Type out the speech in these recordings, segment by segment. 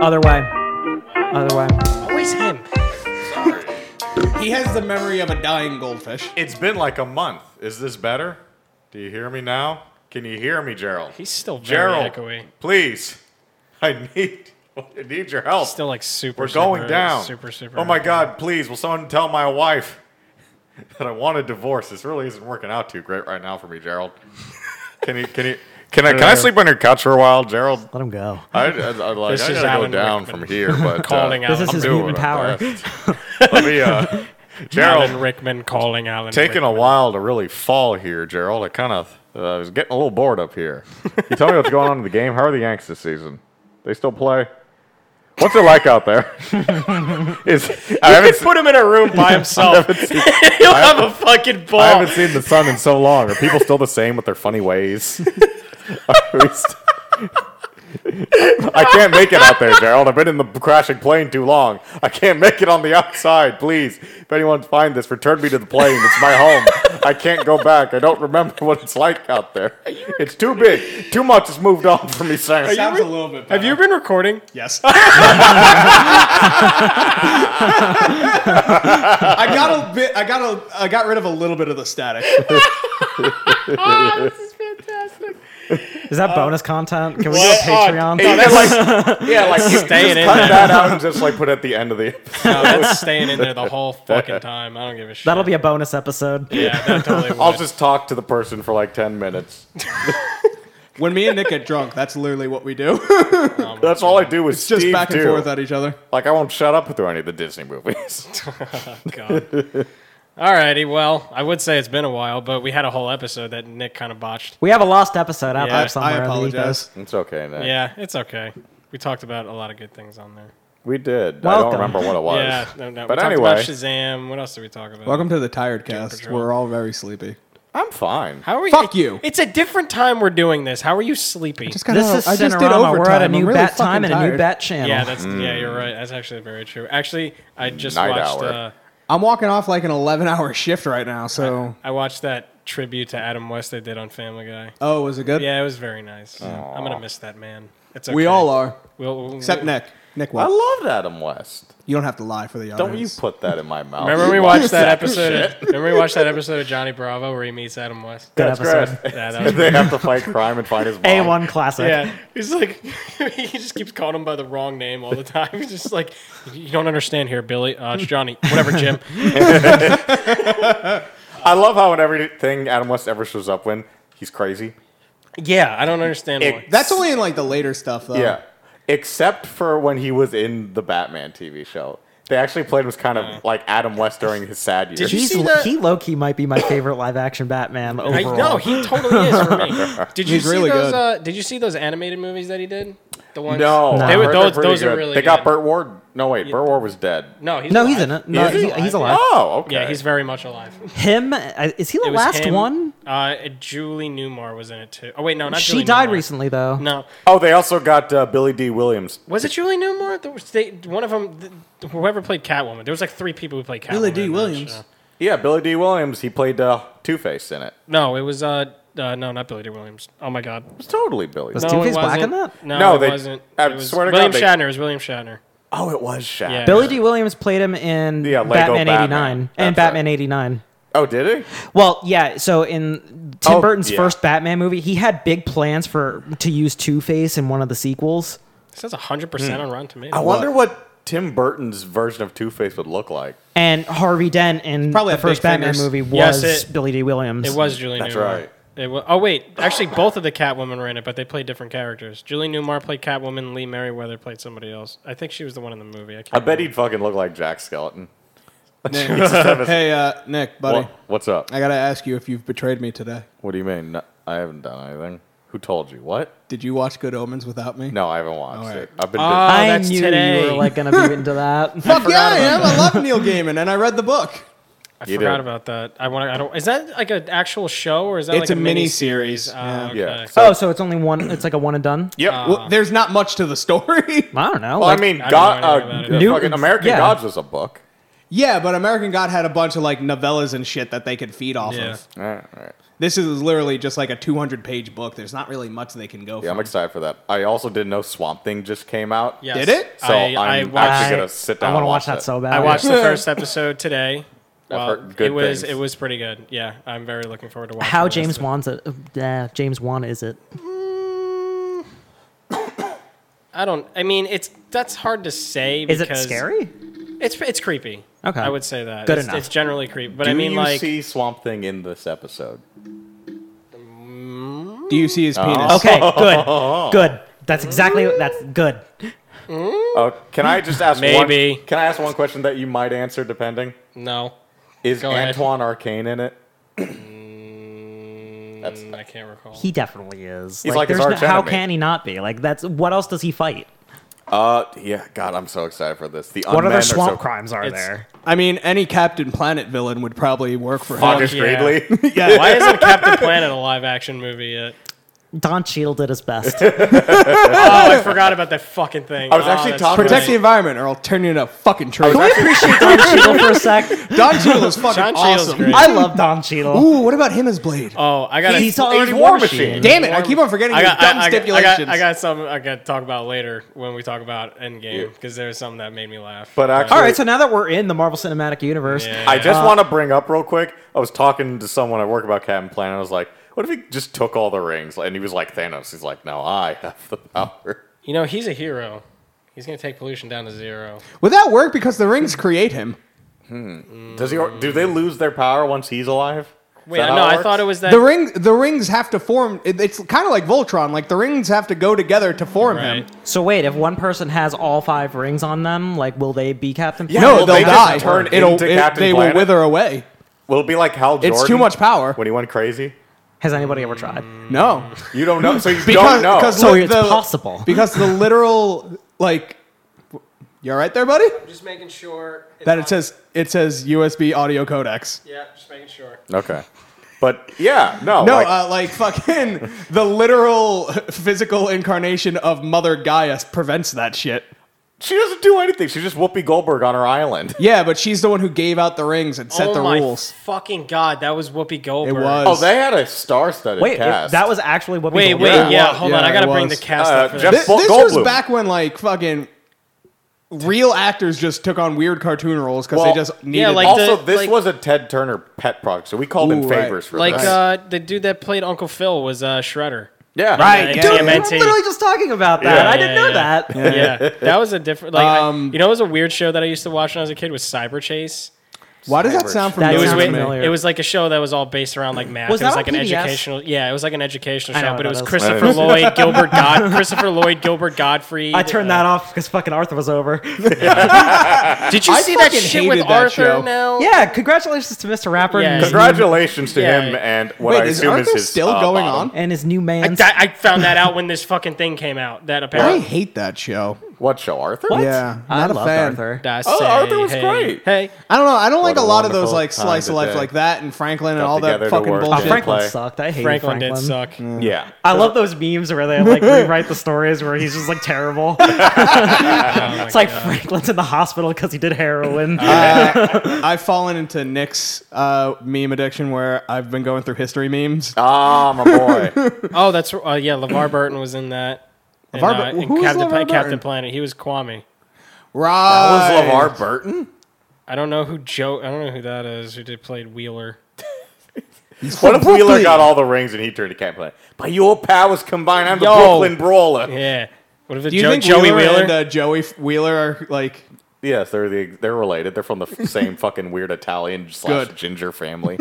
Other way. Other way. Always him. He has the memory of a dying goldfish. It's been like a month. Is this better? Do you hear me now? Can you hear me, Gerald? He's still very Gerald, echoey. please. I need I need your help. He's still like super. We're going super- down. Super super. Oh my God! Please, will someone tell my wife that I want a divorce? This really isn't working out too great right now for me, Gerald. Can you? Can you? Can I? Can I sleep on your couch for a while, Gerald? Let him go. I, I, I, like, This I is gotta Alan go down Rickman from here, but calling uh, out. This is I'm his doing human what I'm power. best. Let me, uh, Gerald. Alan Rickman calling Alan. taking Rickman. a while to really fall here, Gerald. I kind of uh, I was getting a little bored up here. Can you tell me what's going on in the game? How are the Yanks this season? They still play? What's it like out there? Is I haven't, Put him in a room by himself. seen, He'll have a fucking ball. I haven't seen the sun in so long. Are people still the same with their funny ways? Are we st- I can't make it out there, Gerald. I've been in the crashing plane too long. I can't make it on the outside. Please, if anyone finds this, return me to the plane. It's my home. I can't go back. I don't remember what it's like out there. It's too big. Too much has moved on from me, sir. Sounds a little bit. Have you been recording? Yes. I got a bit. I got a. I got rid of a little bit of the static. Is Uh, that bonus content? Can we go Patreon? And then, like, yeah, like you Staying in cut there. that out and just like put it at the end of the. No, Uh, that's staying in there the whole fucking time. I don't give a shit. That'll be a bonus episode. yeah, that totally would. I'll just talk to the person for like ten minutes. When me and Nick get drunk, that's literally what we do. That's all I do is Just Steve, back and too. forth at each other. Like I won't shut up through any of the Disney movies. Oh, God. Alrighty, well, I would say it's been a while, but we had a whole episode that Nick kind of botched. We have a lost episode out Yeah, I- I there somewhere. I in the apologize. ethos. it's okay, Nick. Yeah, it's okay. We talked about a lot of good things on there. We did. I don't Welcome. remember what it was. Yeah, no, no. But we anyway, talked about Shazam. What else did we talk about? Welcome to the Tired Cast. Patrol. We're all very sleepy. I'm fine. How are we? Fuck you. It's a different time we're doing this. How are you sleepy? This is Cinerama. We're at a new bat time and a new bat channel. Yeah, that's yeah, you're right. That's actually very true. Actually, I just Night watched. hour. Uh, I'm walking off like an 11 hour shift right now. So, I watched that tribute to Adam West they did on Family Guy. oh, was it good? Yeah, it was very nice. I'm gonna miss that man. It's okay. We all are, We'll, we'll- except Nick. Nick, I what? love Adam West. you don't have to lie for the audience. Don't you put that in my mouth. Remember we You watched love that episode. remember we watched that episode of Johnny Bravo where he meets Adam West. Good That's episode. great. Yeah, that uh, was they have to fight crime and find his mom. A1 classic. Yeah, he's like, he just keeps calling him by the wrong name all the time. He's just like, you don't understand here, Billy. Uh, it's Johnny. Whatever, Jim. I love how in everything Adam West ever shows up when he's crazy. yeah, I don't understand It- why. That's only in like the later stuff, though. Yeah. Except for when he was in the Batman TV show. They actually played him as kind of Uh-huh. like Adam West during his sad years. you He's, see the- he low key might be my favorite live action Batman I, overall. no, he totally is for me. Did you He's see really those? good. Uh, did you see those animated movies that he did? The ones? No, No. I They were- heard those- they're pretty those are good. really They got good. Burt Ward. No wait, Burt Ward was dead. no, he's No, alive. he's in it. No, Is he? he's, he's alive. Oh, okay. Yeah, he's very much alive. Him? uh, Is he the It was last him, one? Uh, Julie Newmar was in it too. Oh wait, no, not She Julie died Newmar. recently, though. No, Oh, they also got uh, Billy D. Williams. was it Julie Newmar? There was- they- one of them, th- whoever played Catwoman. There was like three people who played Catwoman. Billy D. in that Williams. show. Yeah, Billy D. Williams. He played uh, Two Face in it. No, it was uh, uh no, not Billy D. Williams. Oh my God, It's totally Billy. Was D. no, Two-Face it black in wasn't. that? No, No, it they- wasn't. I It was swear to God, William they- Shatner. It was William Shatner. Oh, it was Shaq. Yeah. Billy D. Williams played him in Yeah, Lego Batman, Batman. 89 and That's right. Batman 89. Oh, did he? Well, yeah. So in Tim Oh, Burton's yeah. first Batman movie, he had big plans for to use Two Face in one of the sequels. This is hundred percent on Rotten I Tomatoes. wonder what Tim Burton's version of Two Face would look like. And Harvey Dent in Probably the had first big Batman fingers. movie Yes, was it- Billy D. Williams. It was Julie That's Newmar. right. It was, oh wait, actually, both of the Catwomen were in it, but they played different characters. Julie Newmar played Catwoman. Lee Merriweather played somebody else. I think she was the one in the movie. I, can't I bet remember. he'd fucking look like Jack Skeleton. Nick. hey, uh, Nick, buddy. What, what's up? I gotta ask you if you've betrayed me today. What do you mean? No, I haven't done anything. Who told you? What? Did you watch Good Omens without me? No, I haven't watched All right. it. I've been. Ah. I that's knew you today. were like gonna be into that. Fuck yeah, I am. I love Neil Gaiman, and I read the book. I You forgot did. about that. I want. I don't. Is that like an actual show or is that It's like a a miniseries? miniseries, Um, yeah. Oh, busy. yeah. okay. So, oh, so it's only one. It's like a one and done. yep. Well, there's not much to the story. I don't know. well, like, I mean, uh, I don't God, know anything uh, about it. New- fucking American yeah. Gods was a book. yeah, but American God had a bunch of like novellas and shit that they could feed off Yeah. of. All right. This is literally just like a 200 page book. There's not really much they can go Yeah, I'm from. excited for that. I also didn't know Swamp Thing just came out. Yes. Did it? So I, I I'm watched actually gonna sit down I want to and watch watch that it. so bad. I watched the first episode today. I've Well, heard good it was things. it was pretty good. Yeah, I'm very looking forward to watching. how the rest James of it. Wan's it. Yeah, James Wan is it? I don't. I mean, it's that's hard to say. Is it because scary? It's it's creepy. Okay. I would say that. Good it's, enough. It's generally creepy, but Do I mean, you like, see Swamp Thing in this episode? Do you see his penis? Okay, good, good. That's exactly that's good. Oh, can I just ask? Maybe. One, can I ask one question that you might answer depending? no, Is Go ahead. Antoine Arcane in it? That's Mm, I can't recall. He definitely is. He's like his there's arch how enemy. can he not be? Like that's what else does he fight? uh yeah. God, I'm so excited for this. The What unmen other are swamp so, crimes are It's- there? I mean, any Captain Planet villain would probably work for him. August Oh, Yeah. Gridley. Yeah. Why isn't Captain Planet a live action movie yet? Don Cheadle did his best. Oh, I forgot about that fucking thing. I was Oh, actually that's talking- great. Protect the environment, or I'll turn you into a fucking tree. Appreciate Don Cheadle for a sec. Don Cheadle is fucking Don Cheadle's awesome. great. I love Don Cheadle. Ooh, what about him as Blade? Oh, I got. he's I already War War Machine. Machine. Damn it! I keep on forgetting his got, dumb I, I, got- I, stipulations. got, I got some I got to talk about later when we talk about Endgame because there was something that made me laugh. But actually, All right, so now that we're in the Marvel Cinematic Universe, Yeah. I just want to bring up real quick. I was talking to someone at work about Captain Planet. I was like, "What if he just took all the rings?" And he was like, "Thanos." He's like, "No, I have the power." you know, he's a hero. He's gonna take pollution down to zero. Would that work because the rings create him? Does he? Do they lose their power once he's alive? Is Wait, that no, how I works? thought it was that. The ring, the rings have to form. it- It's kind of like Voltron. Like the rings have to go together to form him. right. So wait, if one person has all five rings on them, like will they be Captain? Yeah, Planet? No, well, they'll they just die. turn It'll, into it- Captain they Planet. will wither away. Will it be like Hal Jordan? It's too much power. when he went crazy. Has anybody ever tried? Mm, No, You don't know, so you Because- don't know. because- So Look, it's the- possible. because the literal like. You all right there, buddy? Just making sure That it says it says USB audio codecs. Yeah, just making sure. okay, but yeah, no, No, like, uh, like fucking the literal physical incarnation of Mother Gaia prevents that shit. she doesn't do anything. She's just Whoopi Goldberg on her island. Yeah, but she's the one who gave out the rings and set oh the my rules. fucking god, that was Whoopi It Goldberg. was. Oh, they had a star-studded Wait, cast. that was actually what. Wait, we wait, yeah, Yeah, it was. hold on. Yeah, I gotta it bring the was. cast Uh, up for Jeff- this. This, this Goldblum. was back when like fucking real actors just took on weird cartoon roles because Well, they just yeah, needed. like- also the- this like- was a Ted Turner pet project, so we called him Ooh, right. favors for Like this. uh, the dude that played Uncle Phil was uh, Shredder. yeah, Right, Yeah, dude, we TMNT. were literally just talking about that. Yeah, I didn't yeah, know yeah. that. Yeah. that was a different. Like, I- Um, you know, it was a weird show that I used to watch when I was a kid. Was Cyber Chase? why does that Cyber- sound That It familiar? was sounds wa- to me? familiar. it was like a show that was all based around like math. Was it that was on like an PBS? educational. Yeah, it was like an educational I know show, but what it was that is. Christopher Lloyd, Gilbert God, Christopher Lloyd, Gilbert Godfrey. I turned that off because fucking Arthur was over. Did you I see that fucking shit with hated that Arthur show. now? yeah, congratulations to Mr. Rapper Yeah. and, his new, Congratulations to Yeah. him and what Wait, I is assume Arthur is his still uh, going bottom. on? and his new I, man. di- I found that out when this fucking thing came out. That I apparently. hate that show. What show, Arthur? What? Yeah, I not a loved fan. Arthur. I Oh, say, Arthur was hey, great. Hey, I don't know. I don't like a a lot of those wonderful like slice time of life today. like that and Franklin and Got all that together to fucking work. Oh, I bullshit. Frank- Franklin play. sucked. I hated Franklin Franklin. did suck. Yeah. I love those memes where they like rewrite the stories where he's just like terrible. Oh it's like Franklin's in the hospital because he did heroin. Uh, I've fallen into Nick's uh, meme addiction where I've been going through history memes. Ah, my boy. Oh, that's uh, yeah. LeVar Burton was in that. And, LeVar uh, Bur- and who is Captain, LeVar Pla- Captain Burton? Planet. He was Kwame. Right. That was LeVar Burton? I don't know who Joe. I don't know who that is. Who did played Wheeler? What if Wheeler Brooklyn. got all the rings and he turned to Captain Planet? By your powers combined, I'm the Yo. Brooklyn Brawler. Yeah. What if it's Do you jo- think Joey Wheeler, Wheeler? and uh, Joey F- Wheeler are like? Yes, they're the, they're related. They're from the f- same fucking weird Italian slash Good. ginger family.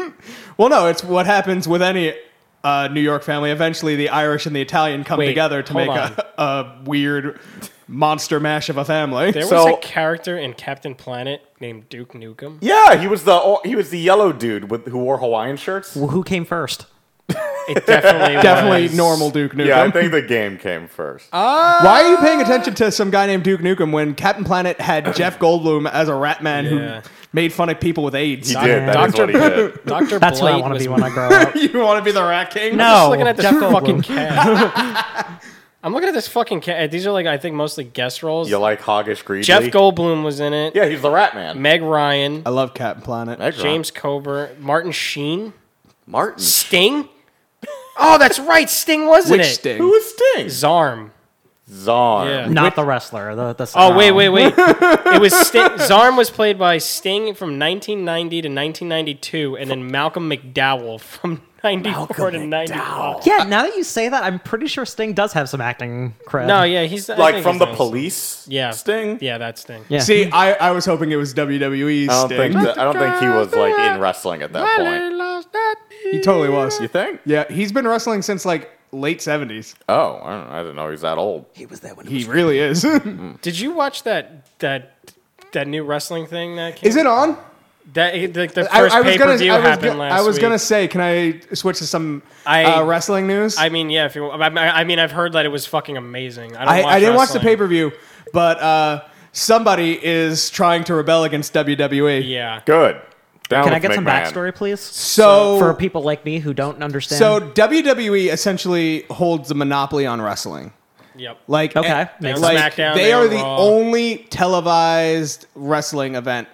Well, no. It's what happens with any uh, New York family. Eventually, the Irish and the Italian come Wait, together to hold make a, a weird monster mash of a family. there was so- a character in Captain Planet named Duke Nukem. yeah, he was the oh, he was the yellow dude with who wore Hawaiian shirts. Uh, Who came first? It definitely Definitely was. normal Duke Nukem. Yeah, I think the game came first. Ah, Why are you paying attention to some guy named Duke Nukem when Captain Planet had Jeff Goldblum as a rat man Yeah. who made fun of people with AIDS? he did. That is Doctor- what he did. Doctor That's what I Blight want to was be when I grow up. you want to be the Rat King? No. just looking at this Jeff Goldblum. fucking cat. I'm looking at this fucking cat. These are like I think mostly guest roles. You like hoggish greed? Jeff Goldblum was in it. Yeah, he's the rat man. Meg Ryan, I love Captain Planet. Meg Ryan. James Coburn, Martin Sheen. Martin. Sting? Oh, that's right. Sting wasn't Which it? Sting? Who is Sting? Zarm. Zarn. Yeah. Not the wrestler. The, the Oh, wait, wait, wait. it was Sting. Zarm was played by Sting from 1990 to 1992, and then Malcolm McDowell from 94 to 95. Yeah, now that you say that, I'm pretty sure Sting does have some acting cred. No, yeah, he's I Like think from his the name's- police. Yeah, Sting. Yeah, that's Sting. Yeah. See, I, I was hoping it was WWE I don't Sting. think that, I don't think he was like in wrestling at that point. he totally was. You think? Yeah, he's been wrestling since like late 70s. Oh, I, don't, I didn't know he was that old. He really is. Did you watch that that that new wrestling thing that came? is it on? that like the first I, I was pay per gonna view I was, happened go- last I was week. gonna say, can I switch to some I- uh, wrestling news? I mean, yeah. If you, I, I I mean, I've heard that it was fucking amazing. I, don't I, watch I didn't watch the wrestling. pay per view, but uh, somebody is trying to rebel against E. WWE. Yeah. Good. Down Can I with get some McMahon. backstory, please? So For people like me who don't understand. so WWE essentially holds the monopoly on wrestling. Yep. Like Okay, eh, makes sense. like, SmackDown, they they are own the Raw. only televised wrestling event.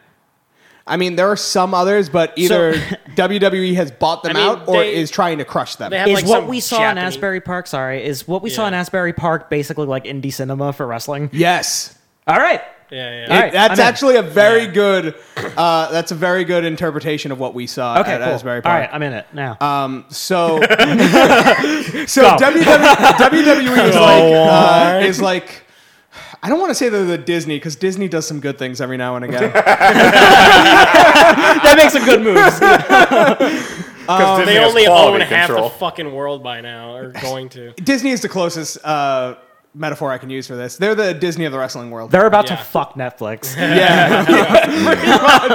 I mean, there are some others, but either WWE has bought them I mean, out or they- is trying to crush them. They have is like what some we saw in Japanese- Asbury Park, sorry, is what we saw in Yeah. Asbury Park basically like indie cinema for wrestling? yes, All right. Yeah, All yeah. right, I'm that's in. actually a very good. Uh, that's a very good interpretation of what we saw Okay, at cool. Asbury All Park. right, I'm in it now. So, so WWE, WWE E is like uh, is like. I don't want to say they're the Disney because Disney does some good things every now and again. that makes some good moves. Because Disney Um, They has only own quality half control. the fucking world by now, or going to. Disney is the closest uh, metaphor I can use for this. They're the Disney of the wrestling world. They're about Yeah. to fuck Netflix. yeah.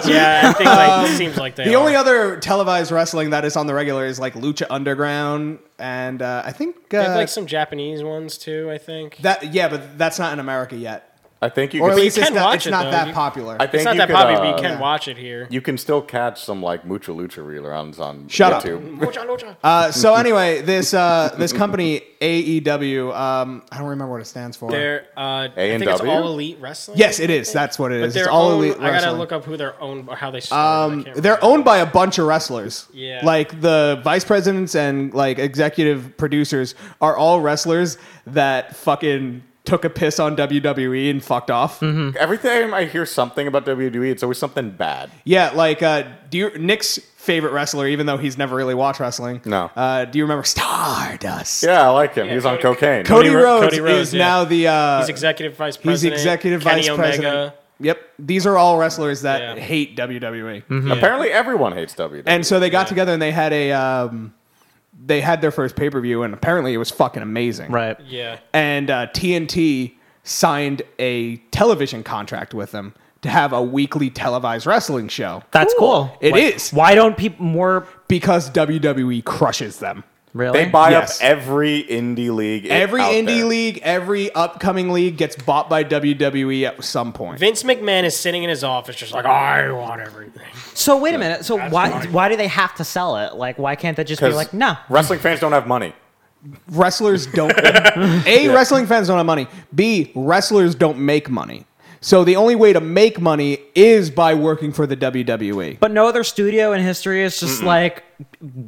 Yeah, I think like, it seems like they. um, the are. only other televised wrestling that is on the regular is like Lucha Underground, and uh, I think They have, uh, like some Japanese ones too. I think. that. Yeah, but that's not in America yet, I think you or can. at least it's can not, watch it's it, not though. that You- popular. I think it's not you that could, popular, uh, but you can watch it here. You can still catch some like Mucha Lucha reruns on Shut up. YouTube. Lucha, lucha. Uh, so anyway, this uh, this company AEW, um, I don't remember what it stands for. They're uh, I think it's A&W? all elite wrestling. yes, it is. That's what it But is. It's they're all owned- elite I gotta wrestling. look up who they're owned or how they started. I um, can't they're remember. owned by a bunch of wrestlers. Yeah. Like the vice presidents and like executive producers are all wrestlers that fucking took a piss on WWE and fucked off. Every time I hear something about WWE, it's always something bad. Yeah, like uh, do you, Nick's favorite wrestler, even though he's never really watched wrestling. No. Uh, do you remember Stardust? Yeah, I like him. he was on cocaine. Cody, Cody Ro- Rhodes, Cody Rhodes, is yeah. now the uh, He's executive vice He's president. executive Kenny vice Omega. president. Yep. These are all wrestlers that Yeah. hate WWE. Mm-hmm. Apparently, everyone hates E. WWE. And so they got together and they had a um, they had their first pay per view and apparently it was fucking amazing. Right. Yeah. And uh, TNT signed a television contract with them to have a weekly televised wrestling show That's cool. It It is. is. Why don't people more because WWE crushes them. really? they buy Yes. up every indie league. i- Every out indie there. league, every upcoming league gets bought by WWE at some point. Vince McMahon is sitting in his office, just like I want everything. so wait a minute. So why why do they have to sell it? Like why can't that just be 'Cause like no? wrestling fans don't have money. wrestlers don't a wrestling fans don't have money b wrestlers don't make money so the only way to make money is by working for the E. wwe But no other studio in history is just like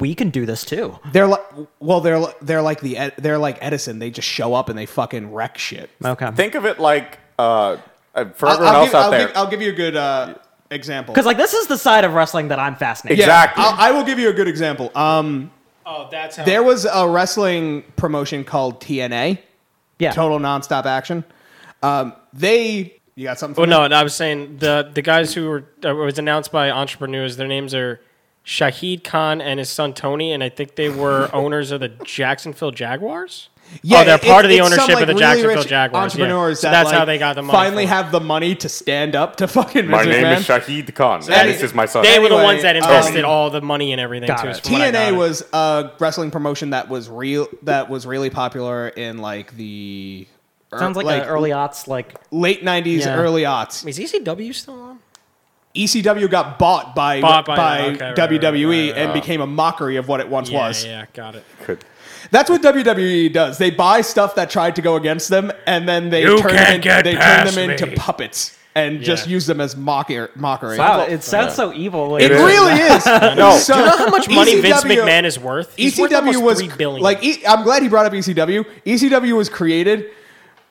we can do this too. they're like well they're li- they're like the Ed- they're like edison they just show up and they fucking wreck shit Okay. Think of it like uh, uh, for I'll- everyone I'll, else give, out I'll there. give, I'll give you a good uh, example Because like this is the side of wrestling that I'm fascinated. Yeah, with. Exactly. I'll, I will give you a good example um Oh, that's how. there was a wrestling promotion called tna Yeah. total nonstop action um they you got something for Oh, Well, me? no, no, I was saying the the guys who were uh, was announced by entrepreneurs. Their names are Shahid Khan and his son Tony, and I think they were owners of the Jacksonville Jaguars. oh, they're it- part of the it's some, ownership like, of the really Jacksonville rich Jaguars. yeah. Entrepreneurs So that, that's like, how they got the money. Finally, for it. have the money to stand up to fucking. My name businessmen. is Shahid Khan. that this is- is my son. they were the Anyway, ones that um, invested all the money and everything. Got Too, it. is from what I TNA got. was a wrestling promotion that was real, that was really popular in like the er- Sounds like, an early aughts like late '90s, Yeah. early aughts. Is ECW still on? ECW got bought by Bought by- by okay, right, WWE right, right, and became a mockery of what it once Yeah, was. yeah, got it. Could- That's what WWE does. They buy stuff that tried to go against them, and then they You turn can't them in- get they turn past them into me. puppets. and just Yeah. use them as mockery. mockery. Wow, it sounds so evil. Like, It is. really is. No. So, E Do You know how much money Vince ECW McMahon is worth? He's worth ECW almost E was three billion. like e- I'm glad he brought up ECW. ECW was created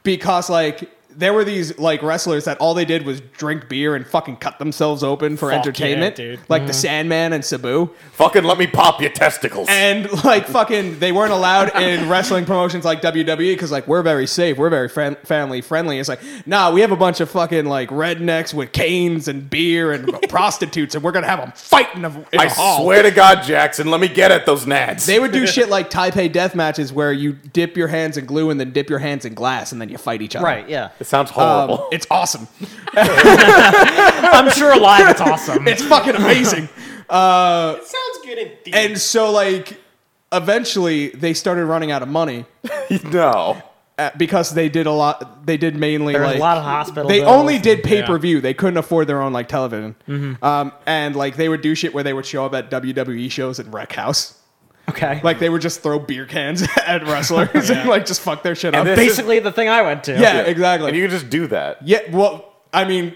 because like there were these like wrestlers that all they did was drink beer and fucking cut themselves open for Fuck entertainment, yeah, dude. Mm-hmm. like the Sandman and Sabu, Fucking let me pop your testicles. and like fucking they weren't allowed in wrestling promotions like WWE because like we're very safe, we're very fam- family friendly. It's like nah, we have a bunch of fucking like rednecks with canes and beer and prostitutes, and we're gonna have them fight in a, in a I hall. swear to God, Jackson, let me get at those gnats. They would do shit like Taipei death matches where you dip your hands in glue and then dip your hands in glass and then you fight each other. right? Yeah, it sounds Um, horrible. it's awesome. I'm sure alive. It's awesome. It's fucking amazing. it sounds good in theory. and so, like, eventually they started running out of money no. Um, uh, because they did a lot. They did mainly There's like a lot of hospital. They bills. only did pay per view. They couldn't afford their own like television. Mm-hmm. Um, and like they would do shit where they would show up at WWE shows and wreck house. okay. Like they would just throw beer cans at wrestlers and like just fuck their shit up. And this is- basically the thing I went to. yeah, exactly. And you can just do that. Yeah, well, I mean,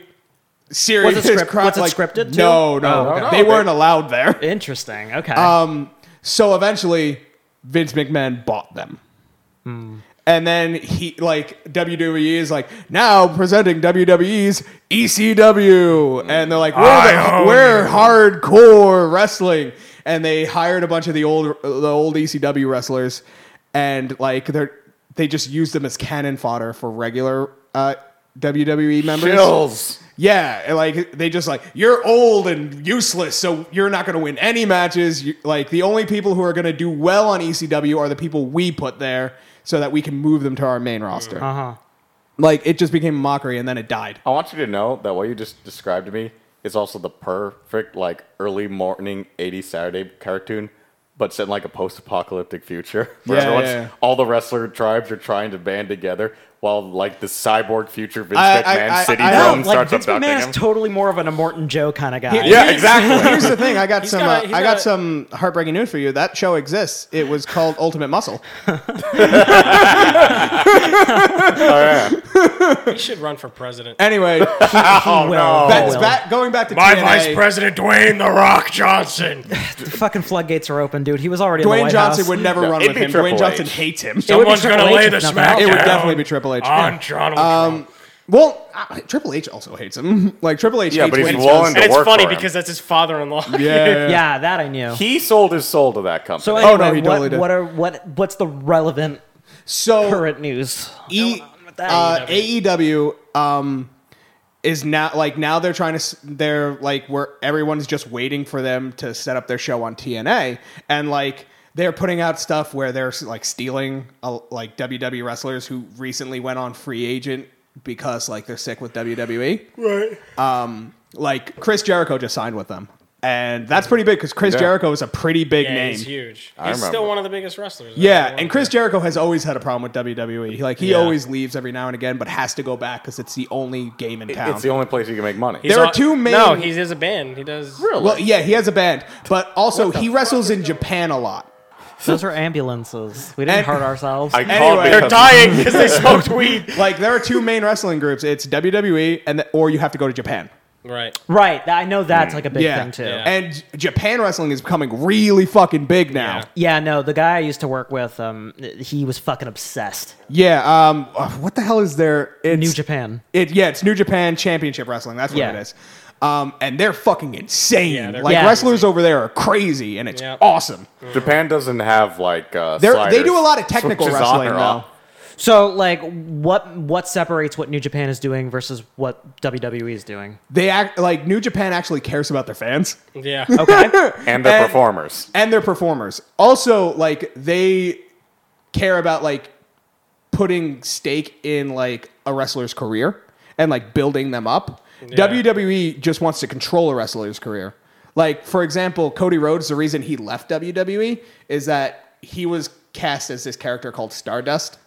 serious Was it script- crap, was it like- scripted, too? No, no, Oh, okay. no, No, they they- weren't allowed there. Interesting. Okay. Um, So eventually, Vince McMahon bought them. Hmm. And then he like WWE is like now presenting WWE's Hmm. ECW, E and they're like we're, the, we're hardcore wrestling, and they hired a bunch of the old the old ECW wrestlers, and like they're they just used them as cannon fodder for regular uh, WWE members. Chills. Yeah, and, like they just like you're old and useless, so you're not going to win any matches. You, like the only people who are going to do well on ECW are the people we put there, so that we can move them to our main roster. uh huh. Like it just became a mockery, and then it died. I want you to know that what you just described to me is also the perfect like early morning 80s Saturday cartoon, but set in like a post-apocalyptic future. Where Yeah, everyone's- yeah, yeah. all the wrestler tribes are trying to band together while like the cyborg future Vince I- I- McMahon I- city I No, drone like starts Vince abducting McMahon him. is totally more of an Immortan Joe kind of guy. yeah, exactly. Here's the thing: I got some, got- uh, he's I got got- some heartbreaking news for you. That show exists. It was called Ultimate Muscle. Oh, he should run for president. Anyway, Oh, well, that's back. Going back to My TNA, Vice President Dwayne The Rock Johnson. The fucking floodgates are open, dude. He was already in the Dwayne White Johnson House. would never Yeah, run it'd with be him. Dwayne Triple Johnson H. hates It him. would be Someone's gonna Triple H lay if the nothing smack else. It would down definitely be Triple H. on Donald Trump. Well, uh, Triple H also hates him. Like Triple H Yeah, hates but he's when he does. willing to And it's work funny for him. because that's his father-in-law. Yeah, yeah, yeah. Oh, Yeah, that I knew. he sold his soul to that company. so So, anyway, no, he what, totally did. what are what what's the relevant So current news? e, with that uh, AEW um, is now like now they're trying to s- they're like where everyone's just waiting for them to set up their show on TNA and like they're putting out stuff where they're like stealing uh, like WWE wrestlers who recently went on free agent because like they're sick with WWE. Right. Um, Like Chris Jericho just signed with them. And that's pretty big because Chris Yeah. Jericho is a pretty big Yeah, name. he's huge. I he's still remember. one of the biggest wrestlers. Yeah, and Chris Jericho has always had a problem with WWE. He, Like he Yeah. always leaves every now and again, but has to go back because it's the only game in town. it's the only place you can make money. There are two main- No, he has a band. He does. well, yeah, he has a band, but also he wrestles in Japan a lot. Those were ambulances. We didn't And- hurt ourselves. I called Anyway. because They're dying because they smoked weed. Like there are two main wrestling groups. It's WWE and the, or you have to go to Japan. Right. right, that- I know that's like a big yeah, thing too. Hmm. Yeah. Yeah. and J- Japan wrestling is becoming really fucking big now. Yeah. no, the guy I used to work with, um, he was fucking obsessed. Yeah. Um. uh, What the hell is there? It's, New Japan. It yeah. It's New Japan Championship Wrestling. That's what Yeah. it is. Um. And they're fucking insane. Yeah, they're like Yeah. wrestlers over there are crazy, and it's Yep. awesome. Japan doesn't have like uh, They're, they sliders. do a lot of technical Switches on wrestling or though. off. So, like, what what separates what New Japan is doing versus what WWE is doing? They act like New Japan actually cares about their fans Yeah. Okay, and they're And- performers. and their performers. Also, like they care about like putting stake in like a wrestler's career and like building them up. WWE just wants to control a wrestler's career. Like for example, Cody Rhodes, the reason he left WWE is that he was cast as this character called Stardust.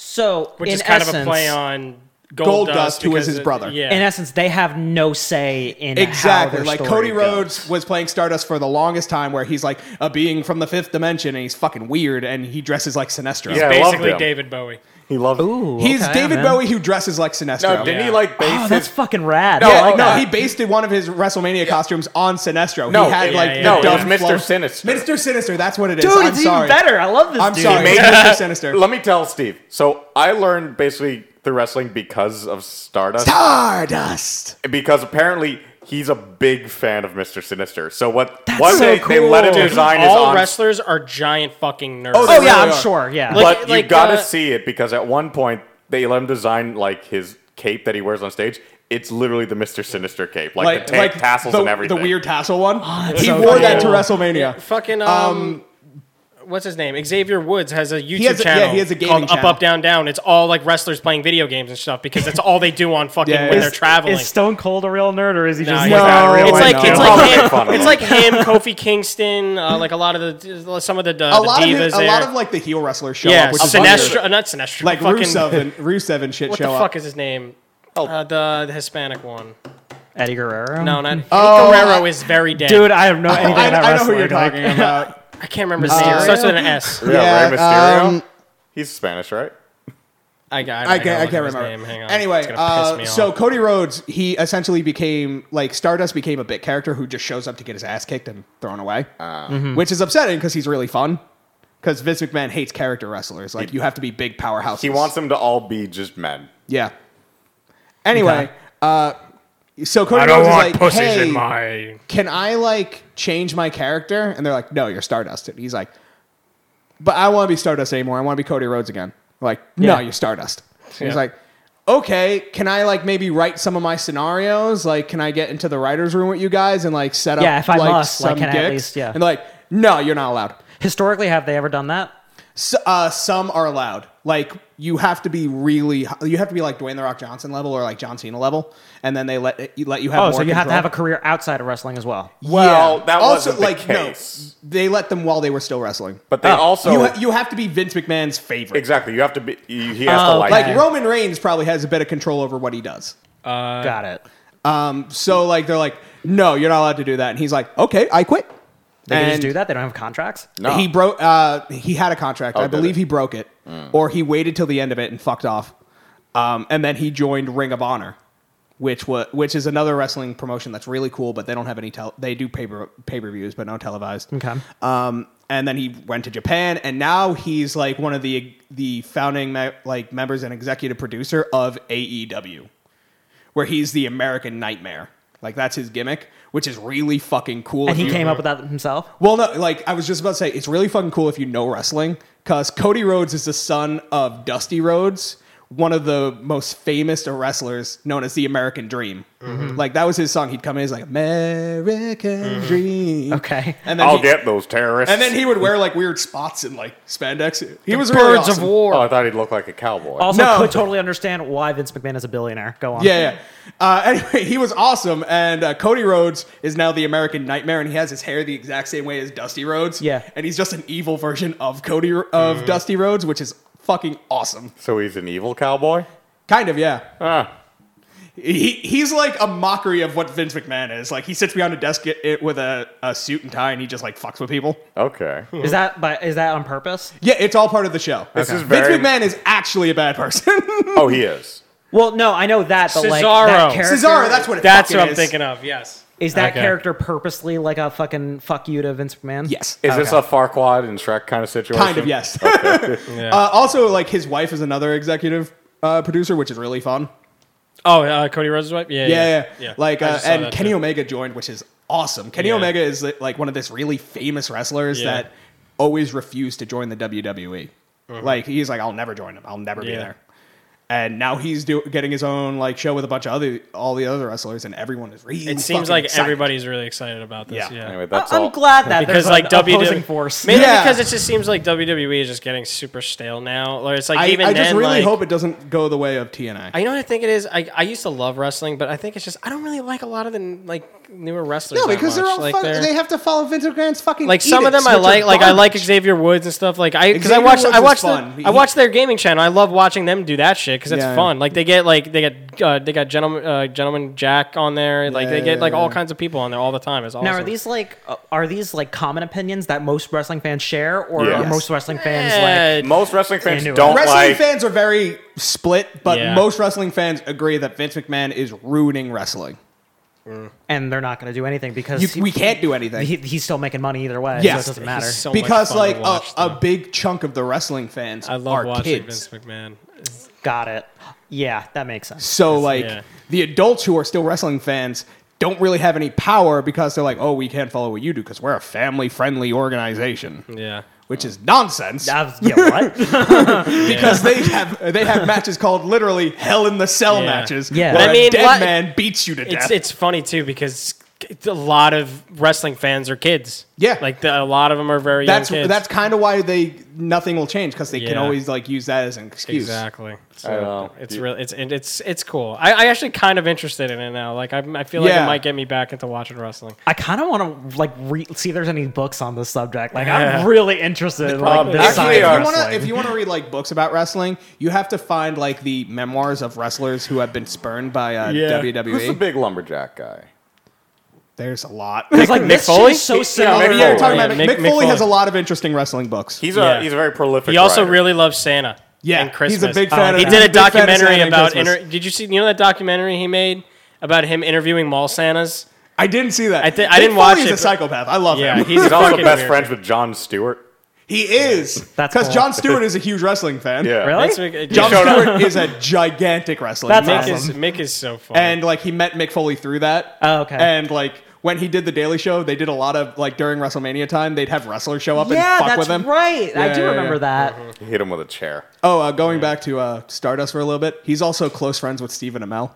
so Which in is kind essence, of a play on Gold, Gold Dust, Dust, who is because his it- brother. Yeah. in essence, they have no say in how Exactly. their Like story Cody goes. Rhodes was playing Stardust for the longest time where he's like a being from the fifth dimension and he's fucking weird and he dresses like Sinestro. Yeah. I loved basically him. David Bowie. He loves. Ooh, He's okay, David man. Bowie who dresses like Sinestro. No, didn't Yeah. he like base Oh, his? that's fucking rad. No, I Yeah, like no, that. he based it- one of his WrestleMania costumes on Sinestro. No, he had yeah, like yeah, the no, it dumb was Mr. flow- Sinister. Mr. Sinister, that's what it is. dude, I'm it's sorry. even better. I love this I'm dude. sorry, Made- Mr. Sinister. Let me tell Steve. So I learned basically the wrestling because of Stardust. Stardust. because apparently he's a big fan of Mr. Sinister. So what That's one so day they let him cool. design his All on wrestlers are giant fucking nerds. Oh yeah, really I'm are. sure. Yeah. Like- but you gotta uh, see it because at one point they let him design like his cape that he wears on stage. It's literally the Mr. Sinister cape, like, the ta- tassels the, and everything. The weird tassel one. Oh, that's he so wore that to cool. WrestleMania. Fucking um, what's his name? Xavier Woods has a YouTube has a- yeah, channel. he has a gaming called Up channel. Up Down Down. It's all like wrestlers playing video games and stuff because that's all they do on fucking Yeah, when is- they're traveling. Is Stone Cold a real nerd or is he Nah, just he's like not. a real No, it's nerd? like no. it's I'll like make him, fun of it's him. like him, Kofi Kingston, uh, like a lot of the some of the, uh, A the lot of divas his, a there. lot of like the heel wrestlers show yeah, up, which is weird. Sinestro, uh, not Sinestro, like fucking, Rusev and Rusev and shit What the show fuck up. is his name? Uh, the, the Hispanic one. Eddie Guerrero. No, not Oh, Guerrero is very dead. dude, I have no idea I, about I know who wrestling. you're like- talking about. I can't remember his name. uh, It Mysterio? starts with an S. yeah, Yeah, Rey Mysterio. um, he's Spanish, right? I, I, I can't, I gotta can't look up his remember. Name. Hang on. Anyway, it's gonna piss uh, me so off. Cody Rhodes, he essentially became like Stardust became a bit character who just shows up to get his ass kicked and thrown away, uh, Mm-hmm. which is upsetting because he's really fun. Because Vince McMahon hates character wrestlers. Like you have to be big powerhouses. He wants them to all be just men. yeah. Anyway, Okay. uh, so Cody I don't Rhodes want is like, pussies hey, in my. can I like change my character? And they're like, no, you're Stardust. And he's like, but I want to be Stardust anymore. I want to be Cody Rhodes again. Like, no, Yeah. you're Stardust. And He's Yeah. like, okay, can I like maybe write some of my scenarios? Like, can I get into the writers' room with you guys and like set up? Yeah, if I like, must, like, can I at gigs?" least- yeah. And they're like, no, you're not allowed. Historically, have they ever done that? S uh, some are allowed. Like you have to be really, you have to be like Dwayne the Rock Johnson level or like John Cena level, and then they let you let you have. Oh, more so you have to control. have a career outside of wrestling as well. Well, Yeah. that also wasn't the like case. no, they let them while they were still wrestling. But they Oh. also you, ha- you have to be Vince McMahon's favorite. exactly. You have to be. You, he has to Oh, like. Like you. Roman Reigns probably has a bit of control over what he does. Got it. So like they're like, no, you're not allowed to do that, and he's like, okay, I quit. They can just And- do that. They don't have contracts. No. He broke. Uh, he had a contract. I did believe it? he broke it, or he waited till the end of it and fucked off. Um, and then he joined Ring of Honor, which was which is another wrestling promotion that's really cool, but they don't have any. Tel- they do pay per pay per views, but no televised. Okay. Um, and then he went to Japan, and now he's like one of the the founding me- like members and executive producer of AEW, where he's the American Nightmare. Like that's his gimmick, which is really fucking cool. And if he you- came up with that himself. well, no, like I was just about to say, it's really fucking cool if you know wrestling because Cody Rhodes is the son of Dusty Rhodes, one of the most famous wrestlers known as the American Dream. Like that was his song. He'd come in, he's like American Dream. Okay. and then I'll he, get those terrorists. and then he would wear like weird spots and like spandex. He was really Birds awesome. of War. Oh, I thought he'd look like a cowboy. Also, No. could totally understand why Vince McMahon is a billionaire. Go on. Yeah, yeah. Uh, anyway, he was awesome, and uh, Cody Rhodes is now the American Nightmare, and he has his hair the exact same way as Dusty Rhodes. Yeah. and he's just an evil version of Cody of Mm. Dusty Rhodes, which is fucking awesome. so he's an evil cowboy. Kind of, yeah. Ah. He he's like a mockery of what Vince McMahon is. Like he sits behind a desk i- i- with a, a suit and tie, and he just like fucks with people. Okay. Is that by, is that on purpose? Yeah, it's all part of the show. This is Vince very- McMahon is actually a bad person. Oh, he is. Well, no, I know that, but like Cesaro. that character, Cesaro, that's what it That's fucking what I'm is. thinking of. Yes. is that Okay. character purposely like a fucking fuck you to Vince McMahon? Yes, Is this a Farquaad and Shrek kind of situation? kind of yes. uh, also, like his wife is another executive uh, producer, which is really fun. Oh, uh, Cody Rhodes' wife. Yeah, yeah, yeah. yeah. Like, I uh, just saw and that Kenny too. Omega joined, which is awesome. Kenny Yeah. Omega is uh, like one of this really famous wrestlers Yeah. that always refused to join the WWE. Like, he's like, I'll never join them. I'll never be Mm-hmm. Yeah. there. And now he's do- getting his own like show with a bunch of other all the other wrestlers, and everyone is really. It seems fucking like excited. everybody's really excited about this. Yeah. Yeah. Anyway, I- that's all. I'm glad that there's Because like E an opposing WWE, force. maybe Yeah. because it just seems like WWE is just getting super stale now. Like it's like I, even I then, just really like, hope it doesn't go the way of TNA. I know what I think it is. I, I used to love wrestling, but I think it's just I don't really like a lot of the like like newer wrestlers. No, that because they're much. all like fuck- they're- they have to follow Vince McMahon's fucking. like some of them I edicts, which like. are Like I like garbage. Xavier Woods and stuff. Like I because I Xavier watched Woods I was watched fun. the, I He- watched their gaming channel. I love watching them do that shit because it's Yeah, yeah. fun. Like they get like they get uh, they got gentleman uh, gentleman Jack on there. Like they Yeah, get yeah, like all yeah. kinds of people on there all the time. It's awesome. Now, are these like uh, are these like common opinions that most wrestling fans share, or Yeah. are Yes. most wrestling fans like? Yeah, Most wrestling fans Anyway. don't Wrestling like. fans are very split, but Yeah. most wrestling fans agree that Vince McMahon is ruining wrestling. And they're not going to do anything because You, he- we can't do anything. he, he's still making money either way. Yes. so it doesn't matter. He's so much because fun to like a, watch, a though. big chunk of the wrestling fans I are love watching kids. Vince McMahon. It's- Got it. Yeah, that makes sense. So like yeah. the adults who are still wrestling fans don't really have any power because they're like, oh, we can't follow what you do because we're a family friendly organization, Yeah. which is nonsense Uh, yeah, what? because they have they have matches called literally Hell in the Cell Yeah. matches. Yeah. where I mean, a dead what- man beats you to It's death. it's funny too because it's a lot of wrestling fans are kids. Yeah. like the, a lot of them are very that's young kids. that's kind of why they nothing will change because they can Yeah. always like use that as an excuse. Exactly. So know. It's You- real. It's and it's it's cool. I, I actually kind of interested in it now. Like I, I feel like Yeah. it might get me back into watching wrestling. I kind of want to like re- see if there's any books on this subject. Like, Yeah. I'm really interested in like Um, this actually, side Actually, of if are- you, wanna, wrestling. if you want to read like books about wrestling, you have to find like the memoirs of wrestlers who have been spurned by uh, Yeah. Who's the WWE. big lumberjack guy? There's a lot. It's like this shit Foley? is so Yeah, similar. Yeah, Mick Foley. we're talking Oh, Yeah, about Mick, Mick- Mick Mick Foley has a Foley. lot of interesting wrestling books. He's Yeah. a he's a very prolific. He also writer. really loves Santa. yeah, and Christmas. he's a big fan. Oh, of He Yeah. did a big fan of documentary Santa and about. Christmas. Inter- did you see? You know that documentary he made about him interviewing mall Santas. I didn't see that. I thi- I Mick didn't watch Foley's it, a but- psychopath. I love Yeah, him. he's, He's also fucking best weird. friends with John Stewart. he is. That's because cool. John Stewart is a huge wrestling fan. Yeah. Really? That's Mick- John showed up. Stewart is a gigantic wrestling. That's fan. Mick is awesome. Mick is so funny. and like he met Mick Foley through that. Oh, okay. And like when he did the Daily Show, they did a lot of like during WrestleMania time, they'd have wrestlers show up yeah, and fuck that's with him. right. I Yeah, do yeah, remember yeah. Uh-huh. that. He hit him with a chair. Oh, uh, going back to uh, Stardust for a little bit, he's also close friends with Stephen Amell.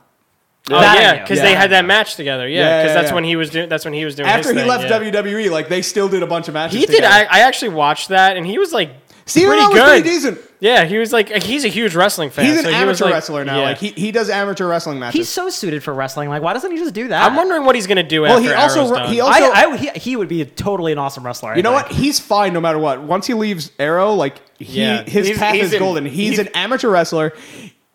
oh That I yeah, knew. because Yeah. they had that match together. Yeah, Yeah, because yeah, that's yeah. when he was doing. That's when he was doing. his After he thing, left yeah. WWE, like they still did a bunch of matches. He did. together. I, I actually watched that, and he was like Stephen pretty Amell was good. pretty decent. Yeah, he was like he's a huge wrestling fan. He's an so he was, amateur like- wrestler now. yeah. Like he, he does amateur wrestling He's matches. so suited for wrestling. Like, why doesn't he just do that? I'm wondering what he's gonna do Well, after he also Arrow's re- done. he al- I, also- I, he, he would be totally an awesome wrestler. I you know think. what? He's fine no matter what. Once he leaves Arrow, like he Yeah. his He's- path he's is in- golden. He's, he's- an amateur wrestler.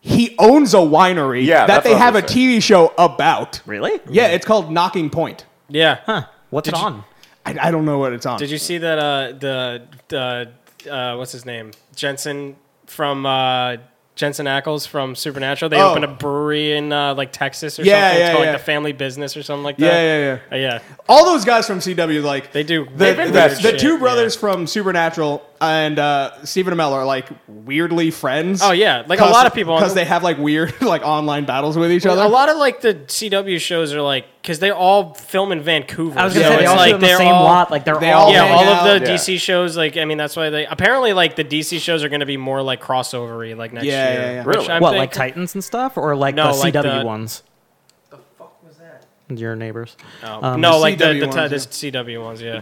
He owns a winery Yeah, that that's they what I have a was gonna TV show about. Really? Yeah, it's called Knocking Point. yeah. Huh. What's it you- on? I, I don't know what it's on. Did you see that? Uh, the the uh, what's his name? Jensen from uh, Jensen Ackles from Supernatural. They Oh. opened a brewery in uh, like Texas or Yeah, something. yeah, it's called yeah. like the family business or something like that. Yeah, yeah, yeah. Uh, yeah. All those guys from CW, like They do. The, They've been the- weird the shit, two yeah. brothers from Supernatural and uh, Stephen Amell are like weirdly friends. Oh, yeah. Like, a lot of people on- because they have like weird like online battles with each other. A lot of like the CW shows are like because they all film in Vancouver. I was gonna so say they it's all like shoot on the they're same all- lot. Like they're they all. all yeah, hang all of the out. Yeah. DC shows, like I mean, that's why they apparently like the DC shows are going to be more like crossovery, like next Yeah, year. yeah, yeah. which Really? I'm what think- like Titans and stuff, or like No, the like CW the- ones. The fuck was that? Your neighbors. Oh, no, like the CW the, um, ones, ti- yeah. the CW ones, yeah.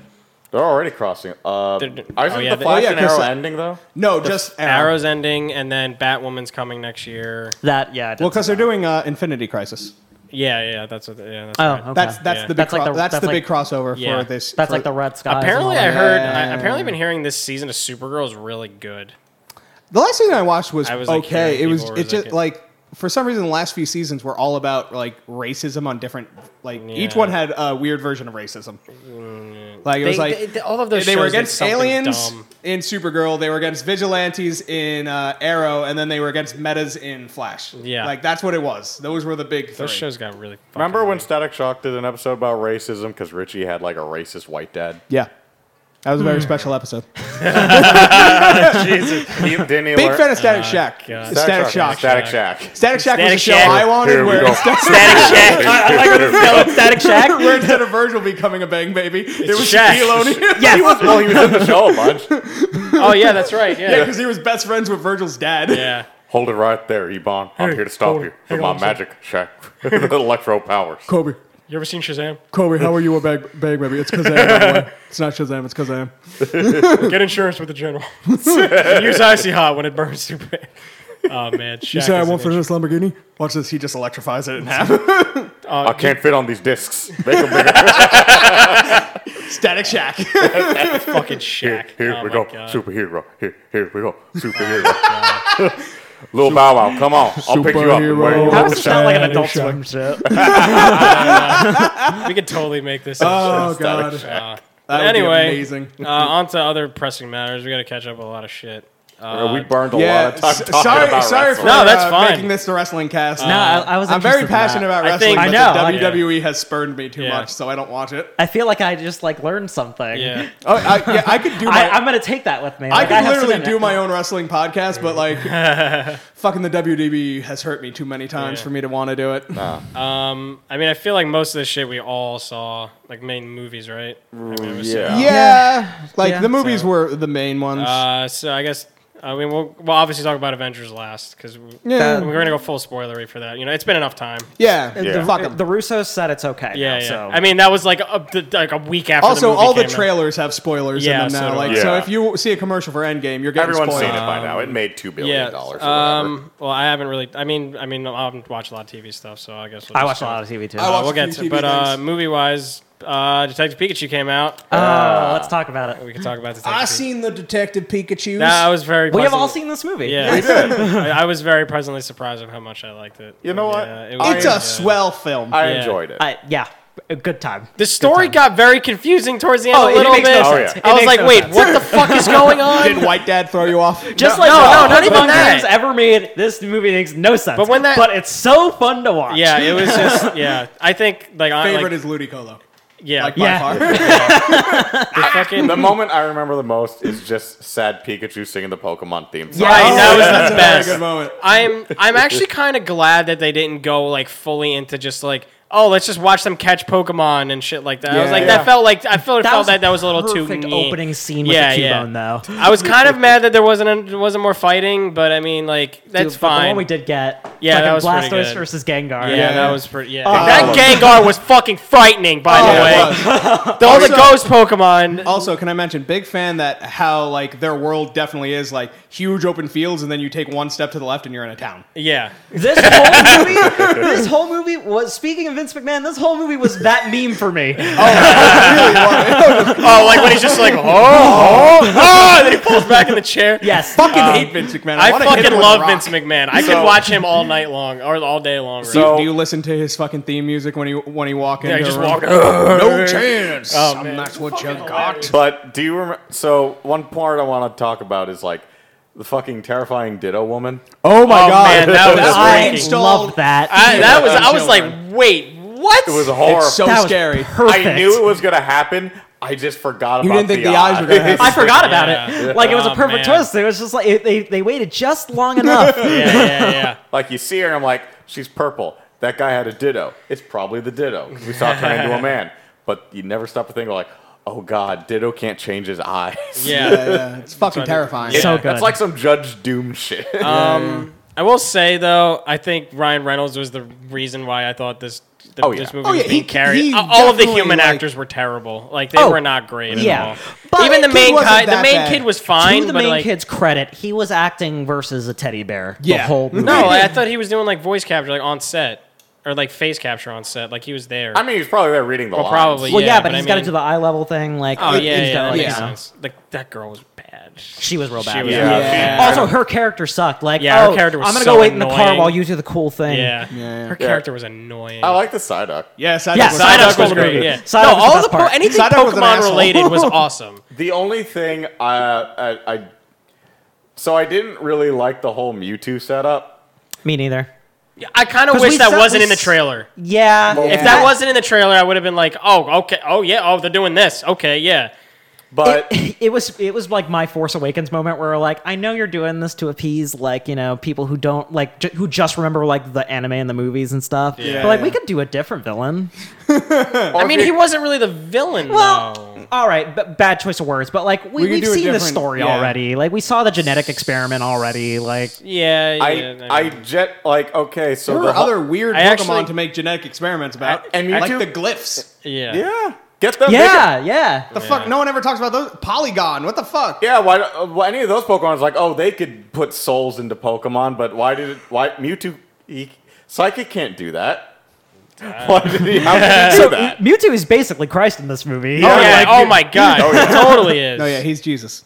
They're already crossing. Uh, They're- isn't oh, yeah, the they- Flash oh, yeah, and Arrow 'cause, uh, ending though? no, just Arrow. Arrow's ending, and then Batwoman's coming next year. That yeah. I did Well, because see they're doing uh, Infinity Crisis. Yeah, yeah, that's what. Yeah, that's that. right. Oh, okay. That's that's Yeah. the big That's like cro- the- that's, that's the like- big crossover Yeah. for this. that's for- like the Red Sky. Apparently, I heard. Yeah. I, apparently, I've been hearing this season of Supergirl is really good. The last thing I watched was, I was, like, okay. hearing it was people were it just like- like for some reason the last few seasons were all about like racism on different like each Yeah. Mm. one had a weird version of racism. Like it was They- like they- they- all of those they shows were did against something aliens dumb. in Supergirl, they were against vigilantes in uh, Arrow, and then they were against metas in Flash. Yeah. like that's what it was. Those were the big three. Those shows got really. fucking Remember when weird. Static Shock did an episode about racism because Richie had like a racist white dad? yeah. That was a Hmm. very special episode. He- didn't he Big learn- fan of Static Shack. uh, God. Static, Shock. Static Shock. Static Shack was a Static show Shack. I wanted Here we where go. Static Shack? Static Shack. where instead of Virgil becoming a bang baby, it was Shaq. Shaquille O'Neal. He was, well, he was in the show a bunch. Oh yeah, that's right. Yeah, because he was best friends with Virgil's dad. yeah. Hold it right there, Ebon. I'm here to stop you with my magic shack. electro powers. Kobe, You ever seen Shazam? Kobe, how are you a bang, bang baby? It's because I am. by the way. It's not Shazam. It's because I am. Get insurance with the general. Use icy hot when it burns too big. Oh man, Shaq You said I is won't an fit in this Lamborghini? Watch this. He just electrifies it in half. I can't fit on these discs. Make them bigger. Static Shack. idiot. fucking Here, Shaq. here Oh, we my go. God. Superhero. Here, here we go. Superhero. Little Bow Wow, come on. I'll pick you up. and wear you Superhero. over How is the this shack. not like an Shadow adult Shop. swim shit? We could totally make this. Oh, Oh, God. uh, That would be anyway, amazing. uh, on to other pressing matters. We got to catch up with a lot of shit. Uh, we burned a lot Yeah. of time s- talking Sorry, about sorry for wrestling. No, that's uh, fine. making this the wrestling cast. No, I, I was. I'm very interested in that. passioned about I wrestling, think- I but know, the like- WWE has spurned me too Yeah. much, so I don't watch it. I feel like I just like learned something. yeah. Oh, I, yeah, I could do my, I, I, I'm gonna take that with me. could have literally some- do my own wrestling podcast, but like, fucking the WWE has hurt me too many times Yeah. for me to want to do it. Um, I mean, I feel like most of this shit we all saw, like main movies, right? I mean, it was- Yeah. Yeah, like Yeah. the movies So- were the main ones. Uh, so I guess I mean we'll, we'll obviously talk about Avengers last because we, yeah, that- we're gonna go full spoilery for that. You know, it's been enough time. yeah, The, Yeah. fuck 'em. the Russos said it's okay. Yeah, now, yeah. So. I mean, that was like a, the, like a week after. also, the movie all the came out. trailers have spoilers Yeah, in them so now. do like, I. so Yeah. if you see a commercial for Endgame, you're getting Everyone's spoiled. seen it by now. It made $2 billion. or whatever. Um. Well, I haven't really. I mean, I mean, I haven't watched a lot of TV stuff, so I guess we'll I just watch a go- lot of TV too. I Uh, watch we'll a get few to. TV But uh, things. movie wise, uh, Detective Pikachu came out. Uh, let's talk about it. we can talk about Detective. I Pikachu. seen the Detective Pikachu's. Nah, I was very. Ah, We have all pleasantly- seen this movie. Yeah, I, I was very pleasantly surprised at how much I liked it. uh, You know what? Yeah, it's a yeah. swell film. I yeah. enjoyed it. I, yeah. A good time. The story got very confusing towards the end Oh, a it little bit. makes no Oh, sense. yeah. It I was makes like, no wait, sense. what the fuck is going on? Did White Dad throw you off? Just No. like no, all no, not the even fun that. games ever made, this movie makes no sense. But when that- but it's so fun to watch. yeah, it was just yeah. I think like I favorite like, is Ludicolo. yeah, Like Yeah. by far. the fucking the moment I remember the most is just sad Pikachu singing the Pokemon theme song. Yeah. right. that was That's the a very best. good moment. I'm I'm actually kind of glad that they didn't go like fully into just like oh let's just watch them catch Pokemon and shit like that. I was Yeah. like Yeah. that felt like I felt felt was that that was a little too perfect meh. opening scene with Yeah, the yeah. Cubone, though. I was kind of mad that there wasn't a, wasn't more fighting, but I mean like that's Dude, but The fine. one we did get. Yeah, that fucking was pretty Blastoise good. versus Gengar. yeah, that was pretty. Yeah, Uh, Oh. that Gengar was fucking frightening. By the way, Yeah, it was. all the Also- ghost Pokemon. Also, can I mention big fan that how like their world definitely is like huge open fields, and then you take one step to the left and you're in a town. Yeah, This whole movie, this whole movie was. Speaking of Vince McMahon, this whole movie was that meme for me. Oh, like when he's just like, Uh, oh, oh, oh, and then he pulls back in the chair. Yes, Uh, Fucking hate Vince McMahon. Um, I, wanna hit him fucking with a love rock. Vince McMahon. I So- could watch him all night long or all day long. Right? Do you, So- do you listen to his fucking theme music when he when he walk in? yeah, he just walked. No chance. Oh, man. I'm not what you got. hilarious. But do you remember? So one part I want to talk about is like the fucking terrifying Ditto woman. Oh my Oh, god, man, that was I freaking- love that. I, that was. I I'm was chilling. like, wait, what? It was a horror. It's so that was scary. perfect. I knew it was gonna happen. I just forgot about You didn't think the eyes were gonna happen. I forgot about Yeah. it. Like it was a Oh, perfect man. twist. It was just like it, they they waited just long enough. yeah, yeah, yeah. like you see her, and I'm like, she's purple. That guy had a Ditto. It's probably the Ditto 'cause we saw it turn into a man. But you never stop to think like, oh god, Ditto can't change his eyes. yeah. Yeah, it's fucking terrifying. So Yeah, good. That's like some Judge Doom shit. I will say though, I think Ryan Reynolds was the reason why I thought this. The, Oh, yeah. This movie Oh, was yeah, being he- carried. he all of the definitely, human like- actors were terrible. Like they Oh, were not great. yeah. At all. But Even the the kid main wasn't guy, the that main bad. kid was fine. to the but main like, kid's credit, he was acting versus a teddy bear the Yeah. whole movie. No, I thought he was doing like voice capture, like on set, or like face capture on set. Like he was there. I mean, he's probably there reading the Well, lines. probably. well, yeah, yeah, but, but I he's got to mean- do the eye level thing. Like, oh it- yeah, he's gotta, yeah, that like, makes you know. sense. Like that girl was bad. She was real bad. was- Yeah. Yeah. Also, her character sucked. Like, Yeah, her oh, character was I'm gonna so go wait in the car annoying. while you do the cool thing. Yeah. Yeah. her character was annoying. I like the Psyduck. Yes, I Yeah, was- Psyduck Psyduck was was great. great. Yeah, Psyduck was no, the all best the po- part. anything Psyduck was an Pokemon asshole. related was awesome. The only thing I, I, I so I didn't really like the whole Mewtwo setup. Me neither. I kind of 'Cause wish we that saw- wasn't we in the s- trailer. Yeah. If that wasn't in the trailer, I would have been like, oh, okay, oh yeah, oh they're doing this, okay, yeah. But it, it was it was like my Force Awakens moment where like I know you're doing this to appease like you know people who don't like ju- who just remember like the anime and the movies and stuff. Yeah. but like we Yeah. could do a different villain. I mean, he wasn't really the villain Well, though. all right, b- bad choice of words, but like we, We could we have do a seen this different- story yeah. already. Like we saw the genetic experiment already. Like Yeah, yeah. I, mean- I jet like okay, so There the were whole- other weird I Pokemon actually- to make genetic experiments about, And like Mewtwo- the glyphs. Yeah. yeah, Get them. bigger. Yeah, yeah. The fuck? No one ever talks about those. Polygon. What the fuck? Yeah, why uh, well, any of those Pokemon's like, oh, they could put souls into Pokemon, but why did it, why Mewtwo he, Psychic can't do that? Why did he have to do So that? Mewtwo is basically Christ in this movie. Oh, Yeah, yeah. like, oh you- my god, Oh, yeah. it totally is. No, yeah, he's Jesus.